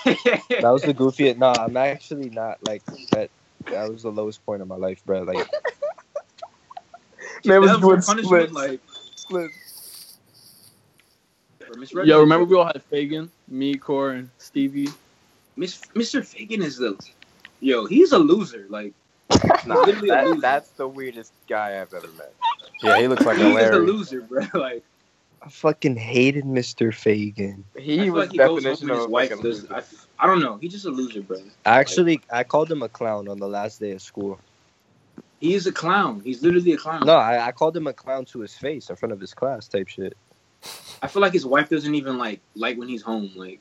[SPEAKER 2] That was the goofiest. Nah, I'm actually not like that. That was the lowest point of my life, bro. Like,
[SPEAKER 3] Man was
[SPEAKER 4] That
[SPEAKER 3] doing
[SPEAKER 4] was for punishment.
[SPEAKER 3] splits.
[SPEAKER 4] Like,
[SPEAKER 3] splits.
[SPEAKER 4] for Miss
[SPEAKER 6] Yo,
[SPEAKER 4] Redmond-
[SPEAKER 6] remember we all had Fagan, me, Core, and Stevie.
[SPEAKER 4] Miss, Mr. Fagan is the. Yo, he's a loser. Like,
[SPEAKER 3] Nah,
[SPEAKER 4] literally a
[SPEAKER 3] that,
[SPEAKER 4] loser.
[SPEAKER 3] that's the weirdest guy I've ever met.
[SPEAKER 5] Yeah, he looks like a
[SPEAKER 4] he is a
[SPEAKER 5] Larry.
[SPEAKER 4] loser, bro. Like,
[SPEAKER 2] I fucking hated Mr. Fagan.
[SPEAKER 3] He
[SPEAKER 4] I feel
[SPEAKER 3] was
[SPEAKER 4] like he goes home
[SPEAKER 3] definition
[SPEAKER 4] with his
[SPEAKER 3] of
[SPEAKER 4] wife.
[SPEAKER 3] like a
[SPEAKER 4] Does,
[SPEAKER 3] loser.
[SPEAKER 4] I, I don't know. He's just a loser, bro.
[SPEAKER 2] Actually, I called him a clown on the last day of school.
[SPEAKER 4] He is a clown. He's literally a clown.
[SPEAKER 2] No, I, I called him a clown to his face in front of his class, type shit.
[SPEAKER 4] I feel like his wife doesn't even like like when he's home. Like,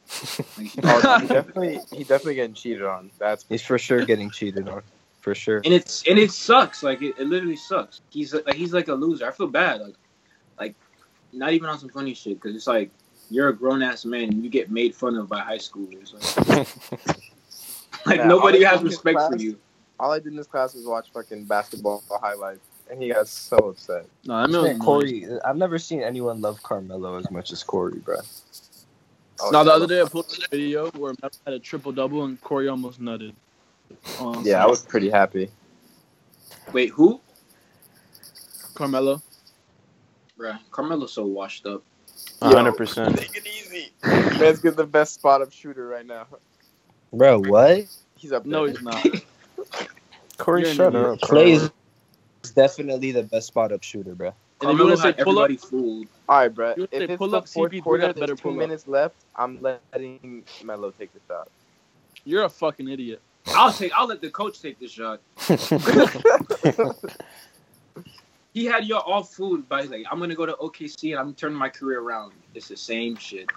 [SPEAKER 4] like she
[SPEAKER 3] Oh, he
[SPEAKER 4] calls him.
[SPEAKER 3] definitely, he definitely getting cheated on. That's
[SPEAKER 2] He's for sure getting cheated on, for sure.
[SPEAKER 4] and it's and it sucks. Like it, it literally sucks. He's like he's like a loser. I feel bad. Like like not even on some funny shit because it's like you're a grown ass man and you get made fun of by high schoolers. Like, like
[SPEAKER 3] Yeah,
[SPEAKER 4] nobody
[SPEAKER 3] all
[SPEAKER 4] has
[SPEAKER 3] the
[SPEAKER 4] respect for
[SPEAKER 3] class-
[SPEAKER 4] you.
[SPEAKER 3] all I did in this class was watch fucking basketball highlights, and he got so upset.
[SPEAKER 6] No, I
[SPEAKER 2] This
[SPEAKER 6] mean
[SPEAKER 2] man Corey, I've never seen anyone love Carmelo as much as Corey, bro.
[SPEAKER 3] Oh,
[SPEAKER 6] No, the
[SPEAKER 3] yeah.
[SPEAKER 6] other day I posted a video where Melo had a triple double and Corey almost nutted. Um,
[SPEAKER 3] Yeah, I was pretty happy.
[SPEAKER 4] Wait, who?
[SPEAKER 6] Carmelo.
[SPEAKER 4] Bruh, Carmelo's so washed up.
[SPEAKER 5] hundred percent.
[SPEAKER 3] Take it easy. Man's getting the best spot up shooter right now.
[SPEAKER 2] Bro, what?
[SPEAKER 3] He's up there.
[SPEAKER 6] No, he's not.
[SPEAKER 5] Corey,
[SPEAKER 6] You're an
[SPEAKER 5] shut
[SPEAKER 6] idiot.
[SPEAKER 5] up.
[SPEAKER 2] Clay is definitely the best spot up shooter, bro.
[SPEAKER 6] And if you
[SPEAKER 4] Carmelo
[SPEAKER 6] want to say
[SPEAKER 4] had
[SPEAKER 6] pull up,
[SPEAKER 4] everybody fooled.
[SPEAKER 3] All right, bro.
[SPEAKER 6] You
[SPEAKER 3] If
[SPEAKER 6] say
[SPEAKER 3] it's
[SPEAKER 6] pull
[SPEAKER 3] the
[SPEAKER 6] up,
[SPEAKER 3] fourth
[SPEAKER 6] CP3,
[SPEAKER 3] quarter,
[SPEAKER 6] that's better
[SPEAKER 3] there's two
[SPEAKER 6] pull up.
[SPEAKER 3] minutes left. I'm letting Melo take the shot.
[SPEAKER 6] you're a fucking idiot.
[SPEAKER 4] I'll take. I'll let the coach take the shot. He had y'all all fooled by like I'm gonna go to OKC and I'm turning my career around. It's the same shit.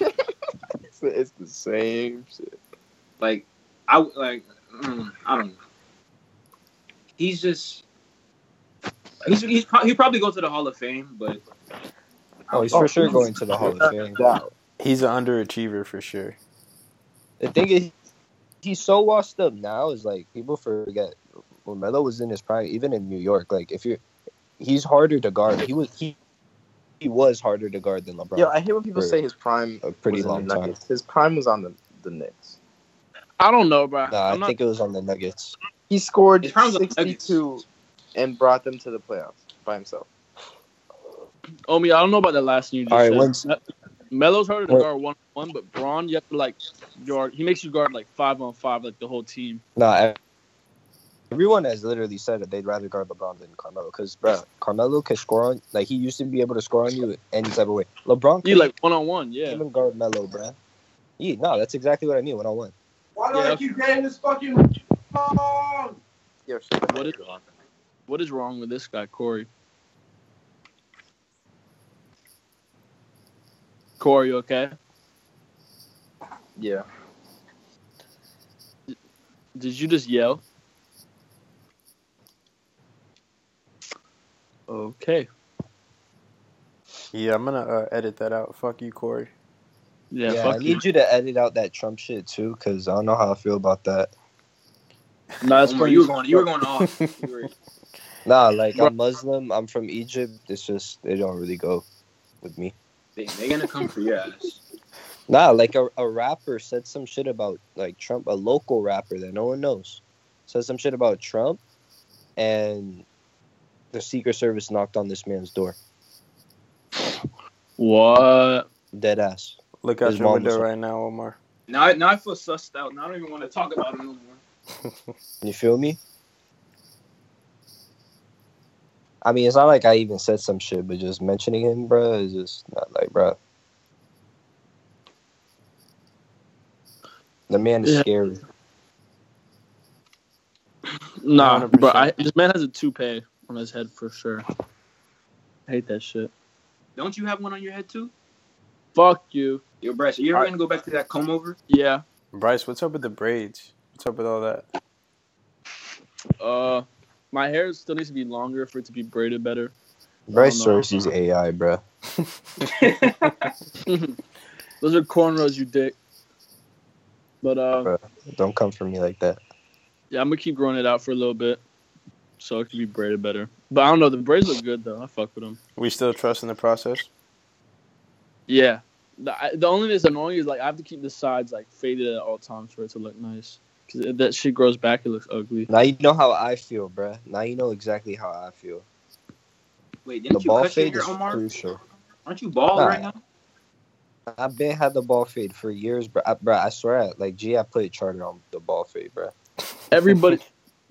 [SPEAKER 3] It's, it's the same shit.
[SPEAKER 4] Like I like mm, I don't know. He's just he's, he's pro- he probably go to the Hall of Fame, but
[SPEAKER 2] Oh, he's for sure going to the Hall of Fame.
[SPEAKER 5] He's an underachiever for sure.
[SPEAKER 2] The thing is, he's so washed up now. Is like people forget when Melo was in his prime, even in New York. Like if you're, he's harder to guard. He was he, he was harder to guard than LeBron.
[SPEAKER 3] Yo, I hate when people
[SPEAKER 2] Right.
[SPEAKER 3] say his prime
[SPEAKER 2] a pretty
[SPEAKER 3] was in
[SPEAKER 2] long
[SPEAKER 3] the
[SPEAKER 2] time.
[SPEAKER 3] Nuggets. His prime was on the, the Knicks.
[SPEAKER 6] I don't know, bro.
[SPEAKER 2] Nah, I
[SPEAKER 6] I'm not-
[SPEAKER 2] think it was on the Nuggets.
[SPEAKER 3] He scored
[SPEAKER 4] His prime was on the Nuggets.
[SPEAKER 3] 62 and brought them to the playoffs by himself.
[SPEAKER 6] Omi, I don't know about the last thing you just
[SPEAKER 2] All right,
[SPEAKER 6] said.
[SPEAKER 2] when's-
[SPEAKER 6] Melo's harder to
[SPEAKER 2] What-
[SPEAKER 6] guard one on one, but Braun, you have to like guard. He makes you guard like five on five, like the whole team.
[SPEAKER 2] Nah, I- everyone has literally said that they'd rather guard LeBron than Carmelo because, bro, Carmelo could score on. Like he used to be able to score on you any type of way. LeBron
[SPEAKER 6] You
[SPEAKER 2] could
[SPEAKER 6] like one on one, yeah.
[SPEAKER 2] even guard Melo, bro. Yeah, no, that's exactly what I mean. One on one.
[SPEAKER 9] Why
[SPEAKER 6] Yeah.
[SPEAKER 9] don't you get in this fucking phone?
[SPEAKER 3] Yo, shut the
[SPEAKER 6] What is what is wrong with this guy, Corey? Corey, you okay?
[SPEAKER 3] Yeah.
[SPEAKER 6] Did you just yell? Okay.
[SPEAKER 5] Yeah, I'm gonna uh, edit that out. Fuck you, Corey.
[SPEAKER 6] Yeah,
[SPEAKER 2] Yeah, I
[SPEAKER 6] fuck you.
[SPEAKER 2] need you to edit out that Trump shit too because I don't know how I feel about that.
[SPEAKER 6] No, that's
[SPEAKER 4] Omar,
[SPEAKER 6] pretty.
[SPEAKER 4] you were going you were going
[SPEAKER 6] Oh.
[SPEAKER 4] off. You were-
[SPEAKER 2] Nah, like
[SPEAKER 6] Bro-
[SPEAKER 2] I'm Muslim. I'm from Egypt. It's just they don't really go with me.
[SPEAKER 8] They they gonna come for your ass.
[SPEAKER 2] Nah, like a, a rapper said some shit about like Trump, a local rapper that no one knows, said some shit about Trump, and the Secret Service knocked on this man's door.
[SPEAKER 6] What?
[SPEAKER 2] Dead ass.
[SPEAKER 5] Look out
[SPEAKER 2] His
[SPEAKER 5] your
[SPEAKER 2] mom was
[SPEAKER 5] window
[SPEAKER 2] like-
[SPEAKER 5] right now, Omar.
[SPEAKER 8] Now I, now I feel sussed out. Now I don't even want to talk about it no more.
[SPEAKER 2] You feel me? I mean, it's not like I even said some shit, but just mentioning him, bruh, is just not like, bruh. The man is
[SPEAKER 6] Yeah.
[SPEAKER 2] scary.
[SPEAKER 6] Nah,
[SPEAKER 5] 100%.
[SPEAKER 6] bro. I, this man has a toupee on his head for sure. I hate that shit.
[SPEAKER 8] Don't you have one on your head too?
[SPEAKER 6] Fuck you.
[SPEAKER 8] Yo, Bryce, are you ever
[SPEAKER 6] I-
[SPEAKER 8] gonna go back to that comb over?
[SPEAKER 6] Yeah.
[SPEAKER 5] Bryce, what's up with the braids? What's up with all that?
[SPEAKER 6] Uh, my hair still needs to be longer for it to be braided better.
[SPEAKER 2] Bryce
[SPEAKER 6] no.
[SPEAKER 2] Source is AI, bruh.
[SPEAKER 6] Those are cornrows, you dick. But uh,
[SPEAKER 2] Don't come for me like that.
[SPEAKER 6] yeah, I'm gonna keep growing it out for a little bit, so it can be braided better. But I don't know. The braids look good though. I fuck with them.
[SPEAKER 5] We still trust in the process?
[SPEAKER 6] Yeah. The, I, the only thing that's annoying is like I have to keep the sides like faded at all times for it to look nice. Cause if that shit grows back, it looks ugly.
[SPEAKER 2] Now you know how I feel, bruh. Now you know exactly how I feel.
[SPEAKER 8] Wait, didn't
[SPEAKER 2] The
[SPEAKER 8] you
[SPEAKER 2] ball
[SPEAKER 8] cut your
[SPEAKER 2] fade
[SPEAKER 8] hair,
[SPEAKER 2] is
[SPEAKER 8] Omar?
[SPEAKER 2] crucial.
[SPEAKER 8] Aren't you bald
[SPEAKER 2] Nah.
[SPEAKER 8] right now?
[SPEAKER 2] I've been had the ball fade for years, bro. I, bro, I swear, like, gee, I played charter on the ball fade, bro.
[SPEAKER 6] Everybody,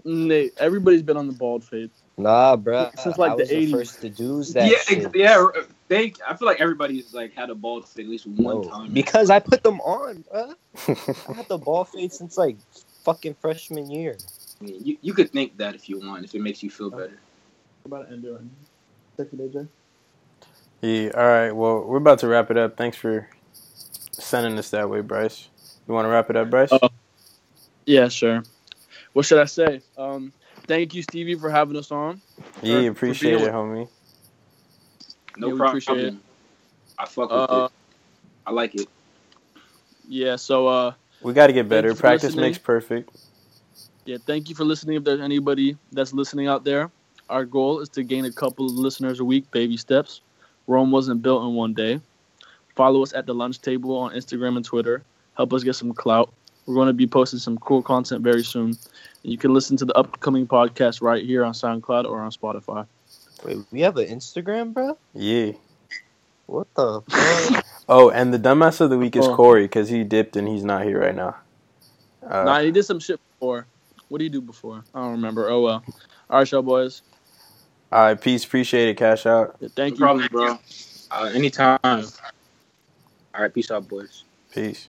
[SPEAKER 6] Nate, everybody's been on the bald fade.
[SPEAKER 2] Nah, bro.
[SPEAKER 6] Since, like,
[SPEAKER 2] I
[SPEAKER 6] the
[SPEAKER 2] was
[SPEAKER 6] 80s.
[SPEAKER 2] the first to do that
[SPEAKER 8] yeah,
[SPEAKER 2] shit.
[SPEAKER 8] ex- yeah. r- They, I feel like everybody's like had a bald thing at least one
[SPEAKER 2] No,
[SPEAKER 8] time.
[SPEAKER 2] because I put them on, bro. I had the ball fade since like fucking freshman year.
[SPEAKER 8] I mean, you, you could think that if you want, if it makes you
[SPEAKER 2] Oh.
[SPEAKER 8] feel better.
[SPEAKER 6] About to end it right now. Check it, AJ.
[SPEAKER 5] Yeah, all right. Well, we're about to wrap it up. Thanks for sending us that way, Bryce. You want to wrap it up, Bryce?
[SPEAKER 6] Uh, Yeah, sure. What should I say? Um, thank you, Stevie, for having us on.
[SPEAKER 5] yeah,
[SPEAKER 6] for
[SPEAKER 5] appreciate
[SPEAKER 6] being
[SPEAKER 5] it, homie.
[SPEAKER 8] No
[SPEAKER 6] Yeah, we
[SPEAKER 8] problem.
[SPEAKER 6] appreciate it.
[SPEAKER 8] I fuck with
[SPEAKER 6] Uh,
[SPEAKER 8] it. I like it.
[SPEAKER 6] yeah. So, uh,
[SPEAKER 5] We got to get better.
[SPEAKER 6] you for
[SPEAKER 5] Practice
[SPEAKER 6] listening.
[SPEAKER 5] makes perfect.
[SPEAKER 6] yeah, thank you for listening. If there's anybody that's listening out there, our goal is to gain a couple of listeners a week. Baby steps. Rome wasn't built in one day. Follow us at the lunch table on Instagram and Twitter. Help us get some clout. We're going to be posting some cool content very soon. And you can listen to the upcoming podcast right here on SoundCloud or on Spotify.
[SPEAKER 2] Wait, we have an Instagram, bro?
[SPEAKER 5] Yeah.
[SPEAKER 2] What the fuck?
[SPEAKER 5] Oh, and the dumbass of the week is
[SPEAKER 6] Oh.
[SPEAKER 5] Corey because he dipped and he's not here right now. Uh,
[SPEAKER 6] nah, he did some shit before. What did he do before? I don't remember. Oh well. All right, y'all boys.
[SPEAKER 5] All right, peace. Appreciate it. Cash out.
[SPEAKER 6] Yeah,
[SPEAKER 8] No
[SPEAKER 6] thank you.
[SPEAKER 8] problem, bro. Uh, anytime. All right, peace out, boys.
[SPEAKER 5] Peace.